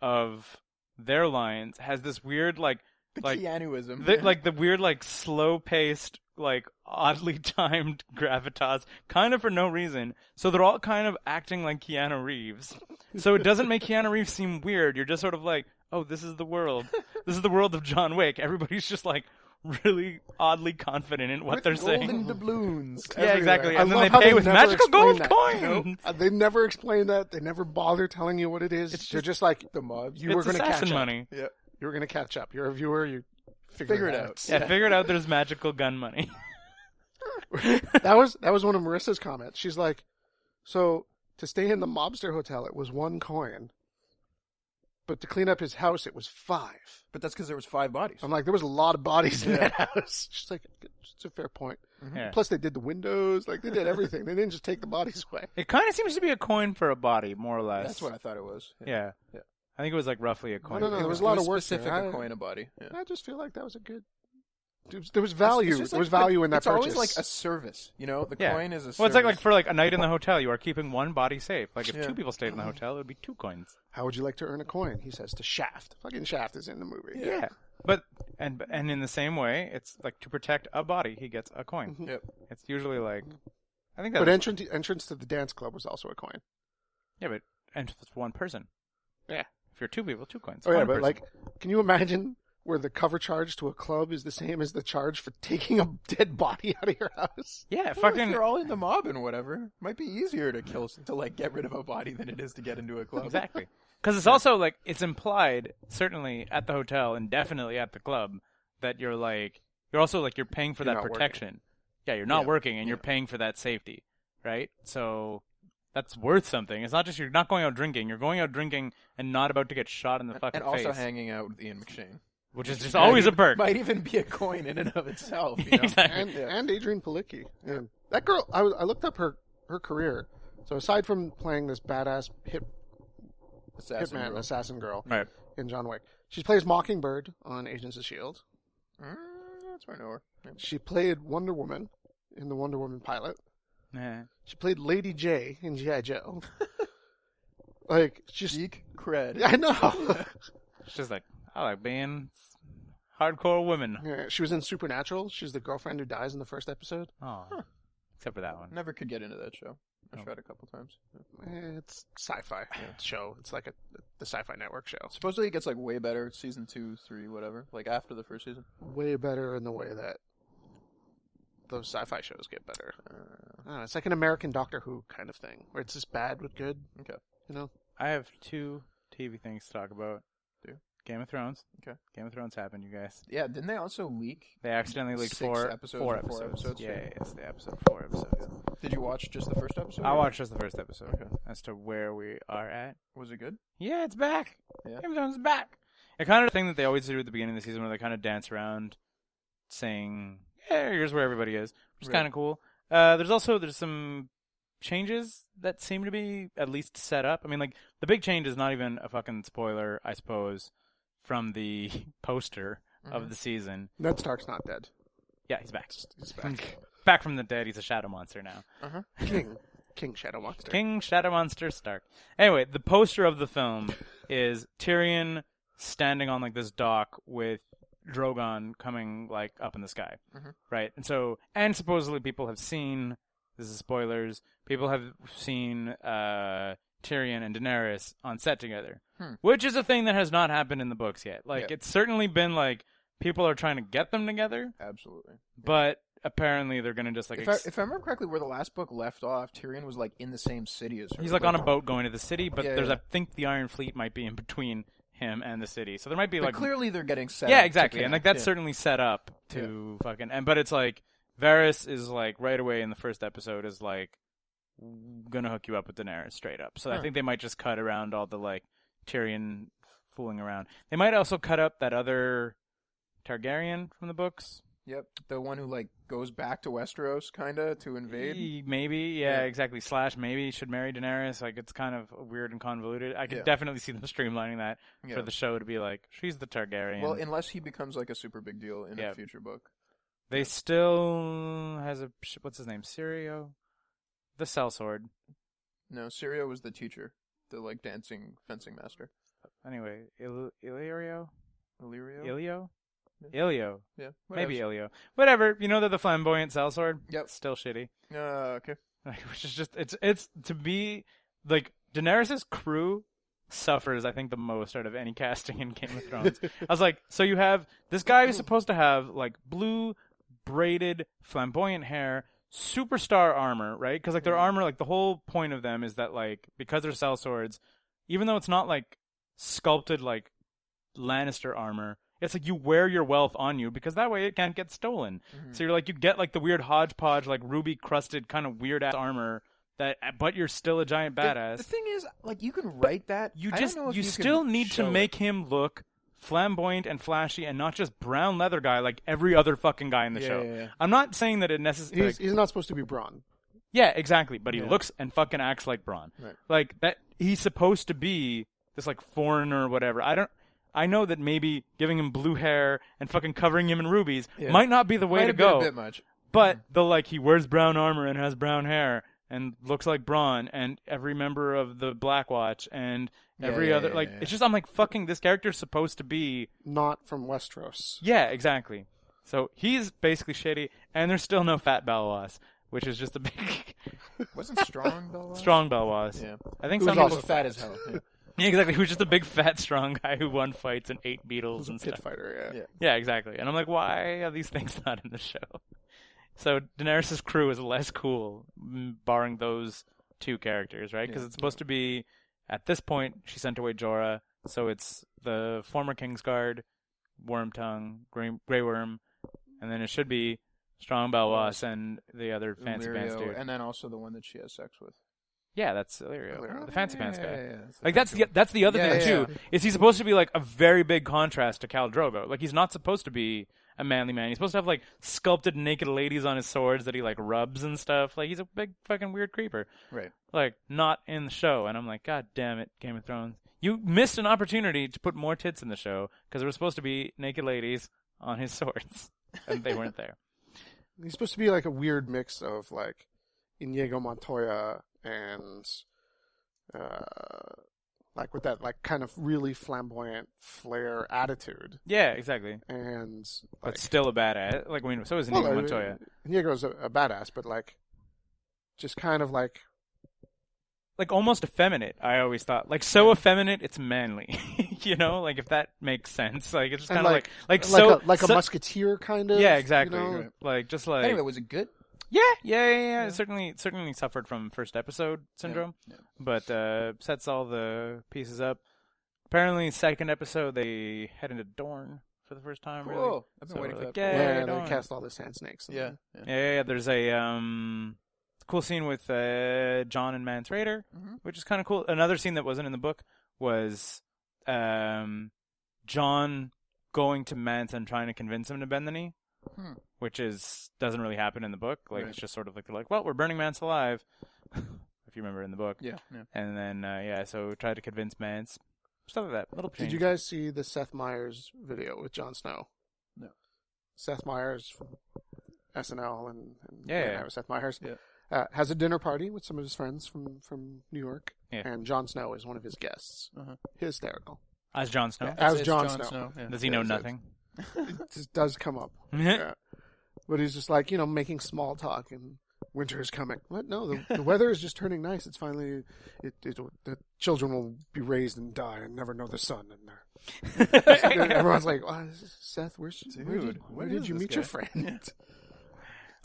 Speaker 1: of their lines has this weird like
Speaker 3: The
Speaker 1: like
Speaker 3: Keanuism.
Speaker 1: the, like the weird like slow paced like oddly *laughs* timed gravitas kind of for no reason so they're all kind of acting like keanu reeves so it doesn't make *laughs* keanu reeves seem weird you're just sort of like oh this is the world this is the world of john wick everybody's just like really oddly confident in what
Speaker 3: With
Speaker 1: they're
Speaker 3: golden
Speaker 1: saying
Speaker 3: doubloons.
Speaker 1: *laughs* yeah exactly
Speaker 2: I
Speaker 1: and then
Speaker 2: love
Speaker 1: they
Speaker 2: how
Speaker 1: pay
Speaker 2: they
Speaker 1: with
Speaker 2: never
Speaker 1: magical
Speaker 2: explain
Speaker 1: gold
Speaker 2: that.
Speaker 1: coins
Speaker 2: Uh, They never explain that. They never bother telling you what it is. They're just like
Speaker 3: The mobs.
Speaker 2: you were
Speaker 1: it's
Speaker 2: going to catch
Speaker 1: assassin
Speaker 2: up.
Speaker 1: money
Speaker 3: Yeah.
Speaker 2: You were going to catch up. You're a viewer. You figure,
Speaker 3: Figure it out.
Speaker 1: yeah, figured out there's magical gun money
Speaker 2: *laughs* that was that was one of Marissa's comments. She's like, "So to stay in the mobster hotel, it was one coin, but to clean up his house, it was five.
Speaker 3: But that's because there was five bodies.
Speaker 2: I'm like, "There was a lot of bodies in
Speaker 3: Yeah. Mm-hmm.
Speaker 2: that *laughs* house." She's like, "It's a fair point."
Speaker 1: Yeah.
Speaker 2: Plus, they did the windows, like they
Speaker 3: *laughs*
Speaker 2: did everything. they didn't just take the bodies away.
Speaker 1: it kind of seems to be a coin for a body more or less
Speaker 3: That's what I thought it was.
Speaker 1: Yeah.
Speaker 3: Yeah.
Speaker 1: I think it was like roughly a coin.
Speaker 2: no, no,
Speaker 3: It
Speaker 2: there was
Speaker 3: was
Speaker 2: a lot
Speaker 3: it
Speaker 2: of work
Speaker 3: specific
Speaker 2: there.
Speaker 3: a
Speaker 2: I-
Speaker 3: coin a body. Yeah.
Speaker 2: I just feel like that was a good. There was- there was value.
Speaker 3: It's just
Speaker 2: there
Speaker 3: like
Speaker 2: was value
Speaker 3: the-
Speaker 2: in that
Speaker 3: It's
Speaker 2: purchase.
Speaker 3: always like a service, you know. The
Speaker 1: Yeah.
Speaker 3: coin is a.
Speaker 1: well, it's like like
Speaker 3: service.
Speaker 1: for like a night in the hotel, you are keeping one body safe. Like if
Speaker 3: Yeah.
Speaker 1: two people stayed
Speaker 2: Uh-huh.
Speaker 1: in the hotel, it would be two coins.
Speaker 2: How would you like to earn a coin? He says to Shaft. Fucking Shaft is in the movie.
Speaker 3: Yeah.
Speaker 1: But and and in the same way, it's like to protect a body, he gets a coin.
Speaker 3: Yep.
Speaker 1: It's usually like, I think that.
Speaker 2: But entrance entrance to the dance club was also a coin.
Speaker 1: yeah, but and it's one person.
Speaker 2: Yeah.
Speaker 1: If you're two people, two coins.
Speaker 2: Oh yeah,
Speaker 1: One
Speaker 2: but
Speaker 1: person.
Speaker 2: like, can you imagine where the cover charge to a club is the same as the charge for taking a dead body *laughs* out of your house?
Speaker 1: yeah,
Speaker 3: Well, if
Speaker 1: fucking.
Speaker 3: you're all in the
Speaker 1: *laughs*
Speaker 3: mob and whatever, might be easier to kill to like get rid of a body than it is to get into a club.
Speaker 1: *laughs* Exactly. Because it's also like it's implied, certainly at the hotel and definitely at the club, that you're like you're also like you're paying for
Speaker 2: You're
Speaker 1: that
Speaker 2: not working.
Speaker 1: protection. Yeah, you're not
Speaker 3: Yeah.
Speaker 1: working and you're paying for that safety, right? So that's worth something. It's not just you're not going out drinking. You're going out drinking and not about to get shot in the fucking
Speaker 3: And also
Speaker 1: face,
Speaker 3: hanging out with Ian McShane.
Speaker 1: which
Speaker 3: *laughs*
Speaker 1: is just always a perk. *laughs*
Speaker 3: Might even be a coin in and of itself. You know?
Speaker 1: exactly.
Speaker 2: *laughs* And and Adrian Palicki. And that girl, I, was- I looked up her her career. So aside from playing this badass hip
Speaker 3: Assassin
Speaker 2: hitman
Speaker 3: girl.
Speaker 2: assassin girl
Speaker 1: Right.
Speaker 2: in John Wick, she plays Mockingbird on Agents of Shield.
Speaker 3: Mm, that's where I know her. Yeah.
Speaker 2: E She played Wonder Woman in the Wonder Woman pilot.
Speaker 1: Yeah.
Speaker 2: She played Lady J in GI
Speaker 3: *laughs*
Speaker 2: Joe. like just
Speaker 3: Geek cred.
Speaker 2: I
Speaker 3: *laughs*
Speaker 2: know.
Speaker 1: It's just like I like being hardcore women.
Speaker 3: *laughs*
Speaker 2: Yeah, she was in Supernatural. She's the girlfriend who dies in the first episode.
Speaker 1: Oh, except for that one.
Speaker 3: Never could get into that show.
Speaker 1: Oh.
Speaker 3: I tried a couple times.
Speaker 2: Eh, It's sci-fi show. It's like a the sci-fi network show. It's
Speaker 3: Supposedly it gets like way better season two, three, whatever. Like after the first season.
Speaker 2: way better in the way that those sci-fi shows get better. Uh, I don't know, it's like an American Doctor Who kind of thing, where it's just bad with good.
Speaker 3: Okay.
Speaker 2: You know,
Speaker 1: I have two TV things to talk about.
Speaker 3: Do.
Speaker 1: Game of Thrones.
Speaker 3: Okay.
Speaker 1: Game of Thrones happened, you guys.
Speaker 3: Yeah. Didn't they also leak?
Speaker 1: They accidentally leaked
Speaker 3: Six
Speaker 1: four,
Speaker 3: episodes
Speaker 1: four
Speaker 3: or
Speaker 1: episodes.
Speaker 3: four episodes?
Speaker 1: Yeah, yeah, it's the episode four episodes.
Speaker 3: Did you watch just the first episode?
Speaker 1: I
Speaker 3: or-
Speaker 1: watched just the first episode
Speaker 3: Okay.
Speaker 1: as to where we are at.
Speaker 3: Was it good?
Speaker 1: Yeah, it's back.
Speaker 3: Yeah.
Speaker 1: Game of Thrones is back. The kind of thing that they always do at the beginning of the season where they kind of dance around saying, yeah, here's where everybody is, which is
Speaker 3: Right.
Speaker 1: kind of cool. Uh, there's also, there's some changes that seem to be at least set up. I mean, like, the big change is not even a fucking spoiler, I suppose, from the *laughs* poster
Speaker 3: Mm-hmm.
Speaker 1: of the season.
Speaker 2: Ned Stark's not dead.
Speaker 1: Yeah, he's back.
Speaker 2: He's back.
Speaker 1: Back from the dead, he's a shadow monster now.
Speaker 2: *laughs* King, King Shadow Monster.
Speaker 1: King Shadow Monster Stark. Anyway, the poster of the
Speaker 3: *laughs*
Speaker 1: film is Tyrion standing on like this dock with
Speaker 3: Mm-hmm.
Speaker 1: Drogon coming like up in the sky, right? And so, and supposedly people have seen This is spoilers. People have seen uh, Tyrion and Daenerys on set together,
Speaker 3: Hmm.
Speaker 1: which is a thing that has not happened in the books yet. Like
Speaker 3: Yeah.
Speaker 1: it's certainly been like people are trying to get them together,
Speaker 3: Absolutely.
Speaker 1: but apparently they're gonna just like
Speaker 3: if, I,
Speaker 1: ex-
Speaker 3: if I remember correctly, where the last book left off, Tyrion was like in the same city as her.
Speaker 1: he's like on a boat going to the city, but
Speaker 3: Yeah,
Speaker 1: there's
Speaker 3: yeah.
Speaker 1: I think the Iron Fleet might be in between him and the city, so there might be
Speaker 3: But
Speaker 1: like
Speaker 3: clearly, they're getting set. up
Speaker 1: yeah,
Speaker 3: to
Speaker 1: exactly. And like
Speaker 3: connect.
Speaker 1: that's
Speaker 3: Yeah.
Speaker 1: certainly set up to fucking and but it's like Varys is like right away in the first episode is like gonna hook you up with Daenerys straight up. So I
Speaker 3: Huh.
Speaker 1: think they might just cut around all the like Tyrion fooling around. They might also cut up that other Targaryen from the books.
Speaker 3: Yep, the one who like goes back to Westeros, kinda to invade.
Speaker 1: E- Maybe, yeah,
Speaker 3: Yeah.
Speaker 1: exactly. Slash maybe should marry Daenerys. Like it's kind of weird and convoluted. I could
Speaker 3: Yeah.
Speaker 1: definitely see them *laughs* streamlining that
Speaker 3: Yeah.
Speaker 1: for the show to be like she's the Targaryen.
Speaker 3: Well, unless he becomes like a super big deal in
Speaker 1: Yeah.
Speaker 3: a future book.
Speaker 1: They still has a sh- what's his name? Sirio, the sellsword.
Speaker 3: No, Syria was the teacher, the like dancing fencing master.
Speaker 1: Anyway, Il- Illyrio,
Speaker 3: Illyrio.
Speaker 1: Ilio,
Speaker 3: Yeah.
Speaker 1: Ilio,
Speaker 3: yeah,
Speaker 1: maybe Ilio. Whatever. You know they're the flamboyant sellsword.
Speaker 3: Yep.
Speaker 1: Still shitty. *laughs*
Speaker 3: Uh, okay.
Speaker 1: Like, which is just it's it's to be like Daenerys's crew suffers. I think the most out of any *laughs* casting in Game of Thrones. I was like, so you have this guy who's supposed to have like blue braided flamboyant hair superstar armor right because like
Speaker 3: Mm-hmm.
Speaker 1: their armor like the whole point of them is that like because they're cell swords even though it's not like sculpted like lannister armor it's like you wear your wealth on you because that way it can't get stolen
Speaker 3: Mm-hmm.
Speaker 1: so you're like you get like the weird hodgepodge like ruby crusted kind of weird ass armor that but you're still a giant
Speaker 3: The-
Speaker 1: badass
Speaker 3: The, thing is, like, you can write that.
Speaker 1: you
Speaker 3: I don't
Speaker 1: just
Speaker 3: know
Speaker 1: you,
Speaker 3: if you can
Speaker 1: still need to
Speaker 3: show it.
Speaker 1: make him look flamboyant and flashy and not just brown leather guy like every other fucking guy in the
Speaker 3: Yeah,
Speaker 1: show.
Speaker 3: yeah, yeah.
Speaker 1: I'm not saying that it necessarily
Speaker 2: He's, he's not supposed to be Braun.
Speaker 1: Yeah, exactly, but he
Speaker 3: Yeah.
Speaker 1: looks and fucking acts like Braun.
Speaker 3: Right.
Speaker 1: Like that he's supposed to be this like foreigner or whatever. I don't I know that maybe giving him blue hair and fucking covering him in rubies
Speaker 3: Yeah.
Speaker 1: might not be the way
Speaker 3: Might
Speaker 1: to
Speaker 3: have been
Speaker 1: go.
Speaker 3: A bit much.
Speaker 1: But the like he wears brown armor and has brown hair and looks like Braun and every member of the Black Watch and
Speaker 3: Yeah,
Speaker 1: every
Speaker 3: yeah,
Speaker 1: other
Speaker 3: yeah,
Speaker 1: like
Speaker 3: yeah.
Speaker 1: it's just I'm like fucking this character's supposed to be
Speaker 2: Not from Westeros.
Speaker 1: yeah exactly so he's basically shitty and there's still no fat Belwas which is just a big *laughs*
Speaker 3: Wasn't strong though.
Speaker 1: strong Belwas
Speaker 3: Yeah.
Speaker 1: I think
Speaker 2: Who's
Speaker 1: some
Speaker 3: He was
Speaker 2: also
Speaker 1: people,
Speaker 3: fat as hell. Yeah.
Speaker 1: *laughs* yeah exactly who's just a big fat strong guy who won fights and ate beetles
Speaker 2: He's a
Speaker 1: and
Speaker 2: pit
Speaker 1: stuff
Speaker 2: fighter. Yeah.
Speaker 3: *laughs* Yeah.
Speaker 1: yeah exactly and I'm like why are these *laughs* things not in the show so Daenerys' crew is less cool, m- barring those two characters, right? Because
Speaker 3: Yeah.
Speaker 1: it's supposed to be at this point she sent away Jorah, so it's the former Kingsguard, Wormtongue, Grey, Grey Worm, and then it should be Strong Belwas and the other fancy pants
Speaker 3: Illyrio,
Speaker 1: dude.
Speaker 3: and then also the one that she has sex with. oh,
Speaker 1: yeah, that's Illyrio, the fancy pants guy.
Speaker 3: Yeah, yeah, yeah.
Speaker 1: Like that's the that's the other
Speaker 3: Yeah,
Speaker 1: thing
Speaker 3: yeah,
Speaker 1: too.
Speaker 3: yeah.
Speaker 1: Is he's supposed to be like a very big contrast to Cal Drogo? Like he's not supposed to be a manly man. He's supposed to have like sculpted naked ladies on his swords that he like rubs and stuff. Like he's a big fucking weird creeper.
Speaker 3: Right.
Speaker 1: Like not in the show. And I'm like, God damn it, Game of Thrones! You missed an opportunity to put more tits in the show because there were supposed to be naked ladies on his *laughs* swords, and they weren't there.
Speaker 2: He's supposed to be like a weird mix of like Inigo Montoya and uh, like with that like kind of really flamboyant flair attitude
Speaker 1: Yeah, exactly.
Speaker 2: and
Speaker 1: But
Speaker 2: like
Speaker 1: still a badass. Like I mean, so is Inigo
Speaker 2: Well, I-
Speaker 1: Montoya.
Speaker 2: Inigo's a, a badass, but like just kind of like
Speaker 1: like almost effeminate. I always thought like so effeminate, it's manly. *laughs* you know, like if that makes sense. Like it's just
Speaker 2: and
Speaker 1: kind of like, like
Speaker 2: like
Speaker 1: so
Speaker 2: a, like a
Speaker 1: so-
Speaker 2: musketeer kind of
Speaker 1: Yeah, exactly.
Speaker 2: you know?
Speaker 3: Right.
Speaker 1: Like just like
Speaker 3: Anyway, was it good?
Speaker 1: yeah, yeah, yeah, yeah.
Speaker 3: Yeah.
Speaker 1: Certainly, certainly suffered from first episode syndrome,
Speaker 3: Yeah.
Speaker 1: but uh, sets all the pieces up. Apparently, second episode they head into Dorne for the first time. Really.
Speaker 3: Cool. I've been
Speaker 1: So
Speaker 3: waiting
Speaker 1: we're
Speaker 3: for
Speaker 1: like,
Speaker 3: that.
Speaker 1: yeah,
Speaker 2: where
Speaker 1: yeah,
Speaker 2: they
Speaker 1: yeah.
Speaker 2: cast all the sand snakes. and-
Speaker 3: Yeah. yeah.
Speaker 1: Yeah, yeah, yeah. There's a um, cool scene with uh, John and Mance Raider,
Speaker 3: Mhm.
Speaker 1: which is kind of cool. Another scene that wasn't in the book was um, John going to Mance and trying to convince him to bend the knee,
Speaker 3: Hmm.
Speaker 1: which is doesn't really happen in the book. Like
Speaker 3: Right.
Speaker 1: it's just sort of like they're like, well, we're burning Mance alive, *laughs* if you remember in the book.
Speaker 3: Yeah. yeah.
Speaker 1: And then uh, yeah, so tried to convince Mance. Stuff like that. Little
Speaker 2: Did
Speaker 1: change.
Speaker 2: you guys see the Seth Meyers video with Jon Snow?
Speaker 3: No.
Speaker 2: Seth Meyers from SNL and, and
Speaker 1: Yeah, yeah.
Speaker 2: and that was Seth Meyers
Speaker 3: Yeah.
Speaker 2: uh, has a dinner party with some of his friends from from New York,
Speaker 1: Yeah.
Speaker 2: and Jon Snow is one of his guests.
Speaker 3: Uh-huh.
Speaker 2: Hysterical.
Speaker 1: As Jon Snow,
Speaker 2: As
Speaker 3: It's
Speaker 2: Jon
Speaker 3: Jon
Speaker 2: Snow.
Speaker 3: yeah.
Speaker 1: does he know
Speaker 3: Yeah, so-
Speaker 1: nothing?
Speaker 3: *laughs*
Speaker 2: This does come up. yeah. But he's just like you know making small talk and winter is coming. What? No, the,
Speaker 3: *laughs*
Speaker 2: the weather is just turning nice. It's finally, it, it, the children will be raised and die and never know the sun. And they're- *laughs* And everyone's like, "Wow, this is- Seth, where's, where did,
Speaker 3: Dude,
Speaker 2: where
Speaker 3: what
Speaker 2: did
Speaker 3: is
Speaker 2: you
Speaker 3: this
Speaker 2: meet your
Speaker 3: guy?"
Speaker 2: friend?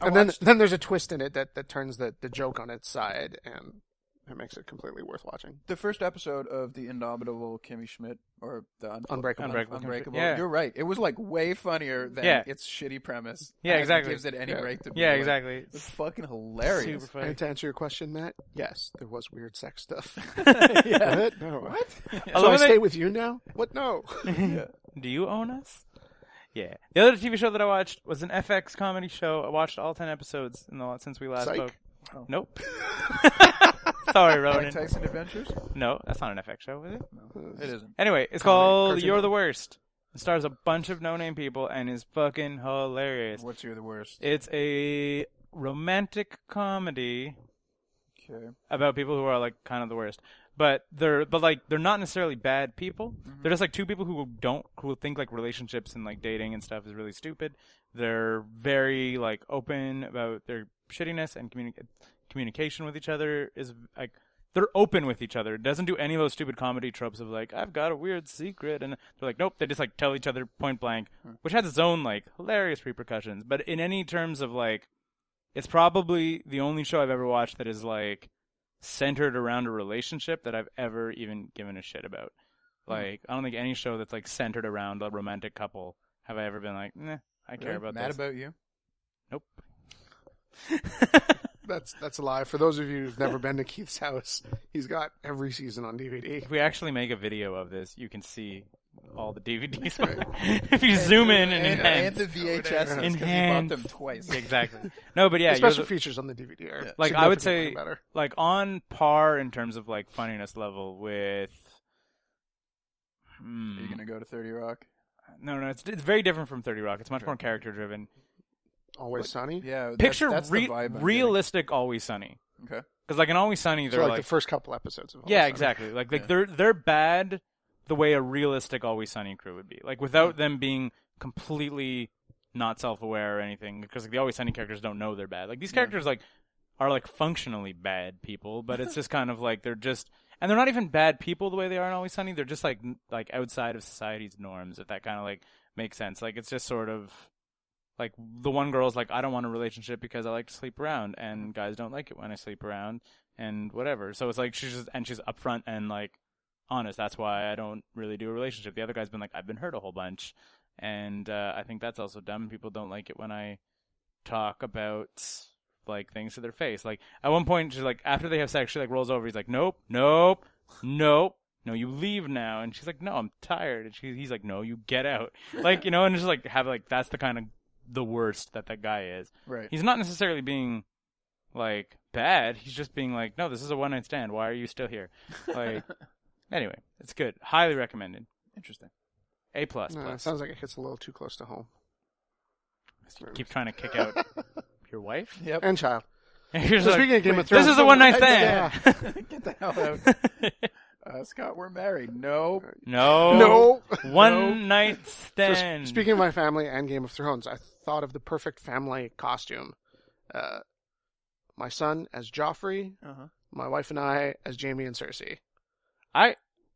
Speaker 3: I
Speaker 2: and then,
Speaker 3: watched-
Speaker 2: then there's a twist in it that, that turns the, the joke on its side and it makes it completely worth watching.
Speaker 3: the first episode of the Indomitable Kimmy Schmidt or the Un-
Speaker 2: Unbreakable.
Speaker 1: Unbreakable. Kimmy Schmidt.
Speaker 3: Unbreakable.
Speaker 1: Yeah.
Speaker 3: You're right. It was like way funnier than
Speaker 1: Yeah.
Speaker 3: its shitty premise.
Speaker 1: Yeah,
Speaker 3: And it
Speaker 1: exactly.
Speaker 3: gives it any
Speaker 2: Yeah.
Speaker 3: right to be.
Speaker 1: yeah,
Speaker 3: like-
Speaker 1: exactly.
Speaker 3: It's fucking hilarious.
Speaker 1: Super funny.
Speaker 2: And to answer your question, Matt, yes, there was weird
Speaker 1: *laughs*
Speaker 2: sex stuff.
Speaker 3: Yeah.
Speaker 2: What? No.
Speaker 3: What?
Speaker 2: So
Speaker 1: love
Speaker 2: I
Speaker 1: that-
Speaker 2: stay with you now? What? No. *laughs*
Speaker 1: Do you own us? Yeah. The other TV show that I watched was an FX comedy show. I watched all ten episodes in the since we last
Speaker 2: Psych.
Speaker 1: spoke.
Speaker 3: Oh.
Speaker 2: *laughs*
Speaker 1: Nope. Sorry,
Speaker 3: Mike
Speaker 1: Ronan.
Speaker 3: Tyson Adventures?
Speaker 1: No, that's not an FX show, is it?
Speaker 3: It isn't.
Speaker 1: Anyway, it's
Speaker 2: Comedy-
Speaker 1: called
Speaker 2: cartoon.
Speaker 1: You're the Worst. It stars a bunch of no-name people and is fucking hilarious.
Speaker 3: What's your the worst?
Speaker 1: It's a romantic comedy
Speaker 3: Okay.
Speaker 1: about people who are like kind of the worst. But they're but like they're not necessarily bad people. They're just like two people who don't who think like relationships and like dating and stuff is really stupid. They're very like open about their shittiness and communi- communication with each other is like they're open with each other. It doesn't do any of those stupid comedy tropes of like I've got a weird secret and they're like nope, they just like tell each other point blank, which has its own like hilarious repercussions. But in any terms of like it's probably the only show I've ever watched that is like centered around a relationship that I've ever even given a shit about.
Speaker 3: Hmm.
Speaker 1: Like, I don't think any show that's like centered around a romantic couple have I ever been like, nah, I care
Speaker 3: Really?
Speaker 1: about
Speaker 3: Mad
Speaker 1: this.
Speaker 3: about you? *laughs*
Speaker 1: nope.
Speaker 2: That's that's a lie. For those of you who've never been to Keith's house, he's got every season on DVD.
Speaker 1: If we actually make a video of this, you can see all the DVDs. *laughs* if you zoom in and
Speaker 3: and,
Speaker 1: enhance,
Speaker 3: the VHS because he bought
Speaker 1: Enhance.
Speaker 3: them twice.
Speaker 1: exactly. No, but
Speaker 3: *laughs*
Speaker 1: yeah,
Speaker 2: the
Speaker 1: you're
Speaker 2: special
Speaker 1: the-
Speaker 2: features on the DVD are
Speaker 1: like I would say,
Speaker 2: significantly better.
Speaker 1: like on par in terms of like funniness level with. Hmm.
Speaker 3: Are you gonna go to Thirty Rock?
Speaker 1: No, no, it's it's very different from Thirty Rock. It's much more character driven.
Speaker 2: Always Sunny.
Speaker 3: Yeah. that's-
Speaker 1: Picture
Speaker 3: that's the
Speaker 1: re-
Speaker 3: vibe I'm getting.
Speaker 1: realistic Always Sunny.
Speaker 3: Okay.
Speaker 1: Because like in Always Sunny,
Speaker 2: So
Speaker 1: they're
Speaker 2: like,
Speaker 1: like,
Speaker 2: the first couple episodes of Always
Speaker 1: yeah,
Speaker 2: Sunny.
Speaker 1: exactly. Like like
Speaker 3: Yeah.
Speaker 1: they're they're bad the way a realistic Always Sunny crew would be. Like without them being completely not self aware or anything. Because like the Always Sunny characters don't know they're bad. Like these characters like are like functionally bad people, but it's just kind of like they're just and they're not even bad people the way they are in Always Sunny. They're just like n- like outside of society's norms. If that kind of like makes sense. Like it's just sort of like the one girl's like I don't want a relationship because I like to sleep around and guys don't like it when I sleep around and whatever. So it's like she's just and she's upfront and like honest. That's why I don't really do a relationship. The other guy's been like I've been hurt a whole bunch and uh, I think that's also dumb. People don't like it when I talk about like things to their face. Like at one point, she's like, after they have sex, she like rolls over. He's like, nope, nope, nope, no, you leave now. And she's like, no, I'm tired. And she, he's like, no, you get out. *laughs* Like you know, and just like have like that's the kind of the worst that that guy is.
Speaker 3: Right.
Speaker 1: He's not necessarily being like bad. He's just being like, no, this is a one night stand. Why are you still here?
Speaker 2: *laughs*
Speaker 1: Like anyway, it's good. Highly recommended.
Speaker 3: Interesting.
Speaker 1: A plus
Speaker 2: No, it
Speaker 1: plus.
Speaker 2: sounds like it hits a little too close to home.
Speaker 1: Keep trying to kick out your wife. *laughs*
Speaker 3: *laughs* Yep.
Speaker 2: And child.
Speaker 1: And you're just
Speaker 2: So
Speaker 1: like,
Speaker 2: speaking of Game of
Speaker 1: this
Speaker 2: Thrones,
Speaker 1: is a one night
Speaker 2: *laughs* Yeah.
Speaker 1: stand. *laughs*
Speaker 3: Get the hell out. Uh, Scott, we're married. No.
Speaker 1: no,
Speaker 2: *laughs* No.
Speaker 1: Oh. one night
Speaker 2: So sp-
Speaker 1: stand.
Speaker 2: speaking of my family and Game of Thrones, I thought of the perfect family costume. Uh, my son as Joffrey,
Speaker 3: Uh-huh.
Speaker 2: my wife and I as Jamie and Cersei.
Speaker 1: I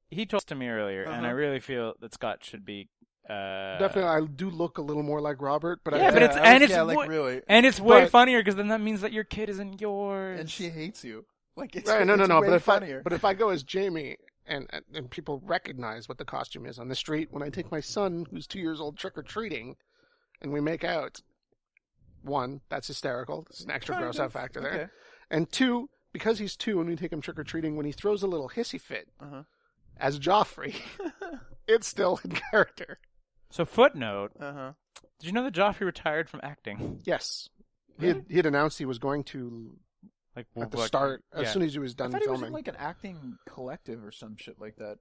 Speaker 1: he told to me earlier, and
Speaker 3: Uh-huh.
Speaker 1: I really feel that Scott should be uh,
Speaker 2: Definitely, I do look a little more like Robert, but
Speaker 1: Yeah,
Speaker 2: I,
Speaker 1: but it's-
Speaker 3: I
Speaker 1: and
Speaker 3: was-
Speaker 1: it's
Speaker 3: yeah, like
Speaker 1: what-
Speaker 3: really,
Speaker 1: And it's way
Speaker 2: But-
Speaker 1: funnier because then that means that your kid isn't yours.
Speaker 3: and she hates you. Like it's
Speaker 2: Right, no, no,
Speaker 3: it's
Speaker 2: no.
Speaker 3: way
Speaker 2: But if
Speaker 3: funnier.
Speaker 2: I but if I go as Jamie and and people recognize what the costume is on the street, when I take my son who's two years old trick or treating, and we make out, one that's hysterical. It's an extra
Speaker 3: Kind
Speaker 2: gross
Speaker 3: of,
Speaker 2: out factor there,
Speaker 3: okay.
Speaker 2: and two because he's two and we take him trick or treating when he throws a little hissy fit
Speaker 3: Uh-huh.
Speaker 2: as
Speaker 3: *laughs*
Speaker 2: Joffrey, it's still in character.
Speaker 1: so footnote:
Speaker 3: uh huh.
Speaker 1: Did you know that Joffrey retired from
Speaker 4: *laughs*
Speaker 1: acting?
Speaker 2: Yes, he had, he had announced he was going to
Speaker 1: Like
Speaker 2: at the
Speaker 1: like-
Speaker 2: start as
Speaker 1: yeah.
Speaker 2: soon as he was
Speaker 3: I
Speaker 2: done
Speaker 3: thought he was
Speaker 2: filming.
Speaker 3: in like an acting collective or some shit like that.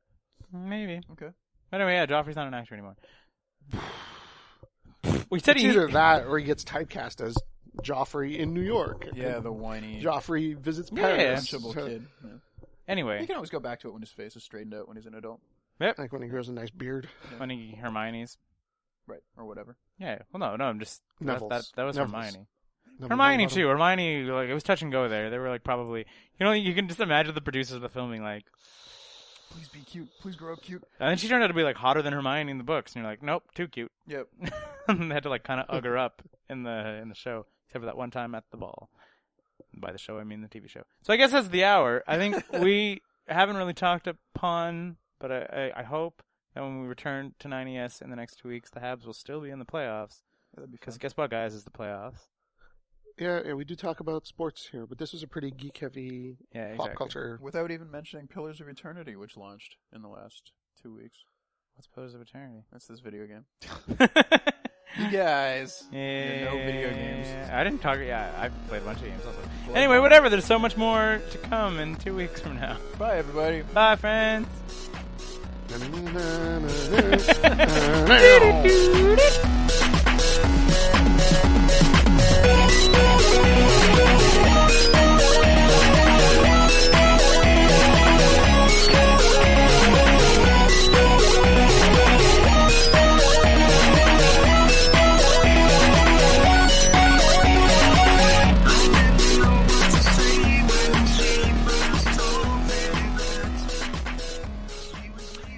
Speaker 1: Maybe.
Speaker 3: Okay.
Speaker 1: But anyway, yeah, Joffrey's not an
Speaker 4: *sighs*
Speaker 1: actor anymore. we said
Speaker 2: It's
Speaker 1: he.
Speaker 2: either that or he gets typecast as Joffrey in New York.
Speaker 3: Yeah, the whiny,
Speaker 2: Joffrey visits
Speaker 1: Yeah,
Speaker 2: Paris.
Speaker 3: punchable
Speaker 2: So,
Speaker 3: kid. Yeah. He
Speaker 1: Anyway,
Speaker 3: can always go back to it when his face is straightened out when he's an adult,
Speaker 1: yep.
Speaker 2: Like when he grows a nice beard.
Speaker 1: Funny Hermione's.
Speaker 3: right, or whatever.
Speaker 1: Yeah. Well, no, no. I'm just that,
Speaker 2: Neville's.
Speaker 1: that, that was
Speaker 2: Neville's.
Speaker 1: Hermione.
Speaker 2: No,
Speaker 4: Hermione
Speaker 2: we don't
Speaker 4: too. Hermione, like it was touch and go there. They were like probably, you know, you can just imagine the producers of the filming like,
Speaker 3: Please be cute. Please grow up cute.
Speaker 4: and then she turned out to be like hotter than Hermione in the books, and you're like, nope, too cute.
Speaker 3: Yep.
Speaker 4: *laughs* and they had to like kind of ug her up in the in the show, except for that one time at the ball. By the show, I mean the TV show. So I guess that's the hour. I think we haven't really talked upon, but I, I, I hope that when we return to 9ES in the next two weeks, the Habs will still be in the playoffs.
Speaker 3: That'd be
Speaker 4: Because
Speaker 3: fun.
Speaker 4: guess what, guys? Is the playoffs?
Speaker 2: Yeah, yeah, we do talk about sports here, but this is a pretty geek heavy
Speaker 4: Yeah,
Speaker 2: pop
Speaker 4: exactly.
Speaker 2: culture. *laughs*
Speaker 3: Without even mentioning Pillars of Eternity, which launched in the last two weeks.
Speaker 4: What's Pillars of Eternity? *laughs*
Speaker 3: That's this
Speaker 2: *gasps*
Speaker 3: video game.
Speaker 4: yeah.
Speaker 3: You guys.
Speaker 4: You
Speaker 3: You know video games.
Speaker 4: I didn't talk. Yeah, I played a bunch of games also. Anyway, whatever. There's so much more to come in two weeks from now. *laughs*
Speaker 3: Bye, everybody.
Speaker 4: Bye, friends.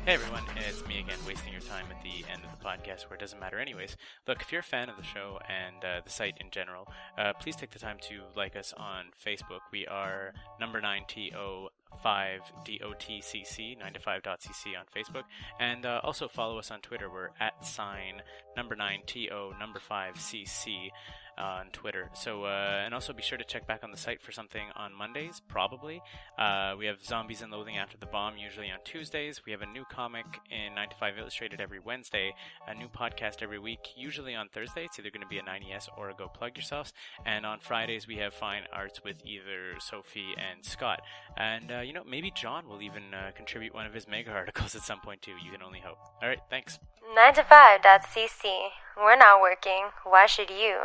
Speaker 1: Hey everyone, it's me again, wasting your time at the end of the podcast where it doesn't matter, anyways. Look, if you're a fan of the show and uh, the site in general, uh, please take the time to like us on Facebook. We are number 9TO5DOTCC, 9to5.cc on Facebook, and uh, also follow us on Twitter. We're at sign number 9TO number 5CC on Twitter. So, uh, and also be sure to check back on the site for something on Mondays, probably. Uh, we have Zombies and Loathing After the Bomb usually on Tuesdays. We have a new comic in 9 to 5 Illustrated every Wednesday, a new podcast every week, usually on Thursday. It's either going to be a 9ES or a Go Plug Yourselves. And on Fridays, we have Fine Arts with either Sophie and Scott. And, uh, you know, maybe John will even uh, contribute one of his mega *laughs* articles at some point, too. You can only hope. All right, thanks.
Speaker 5: 9to5.cc. We're not working. Why should you?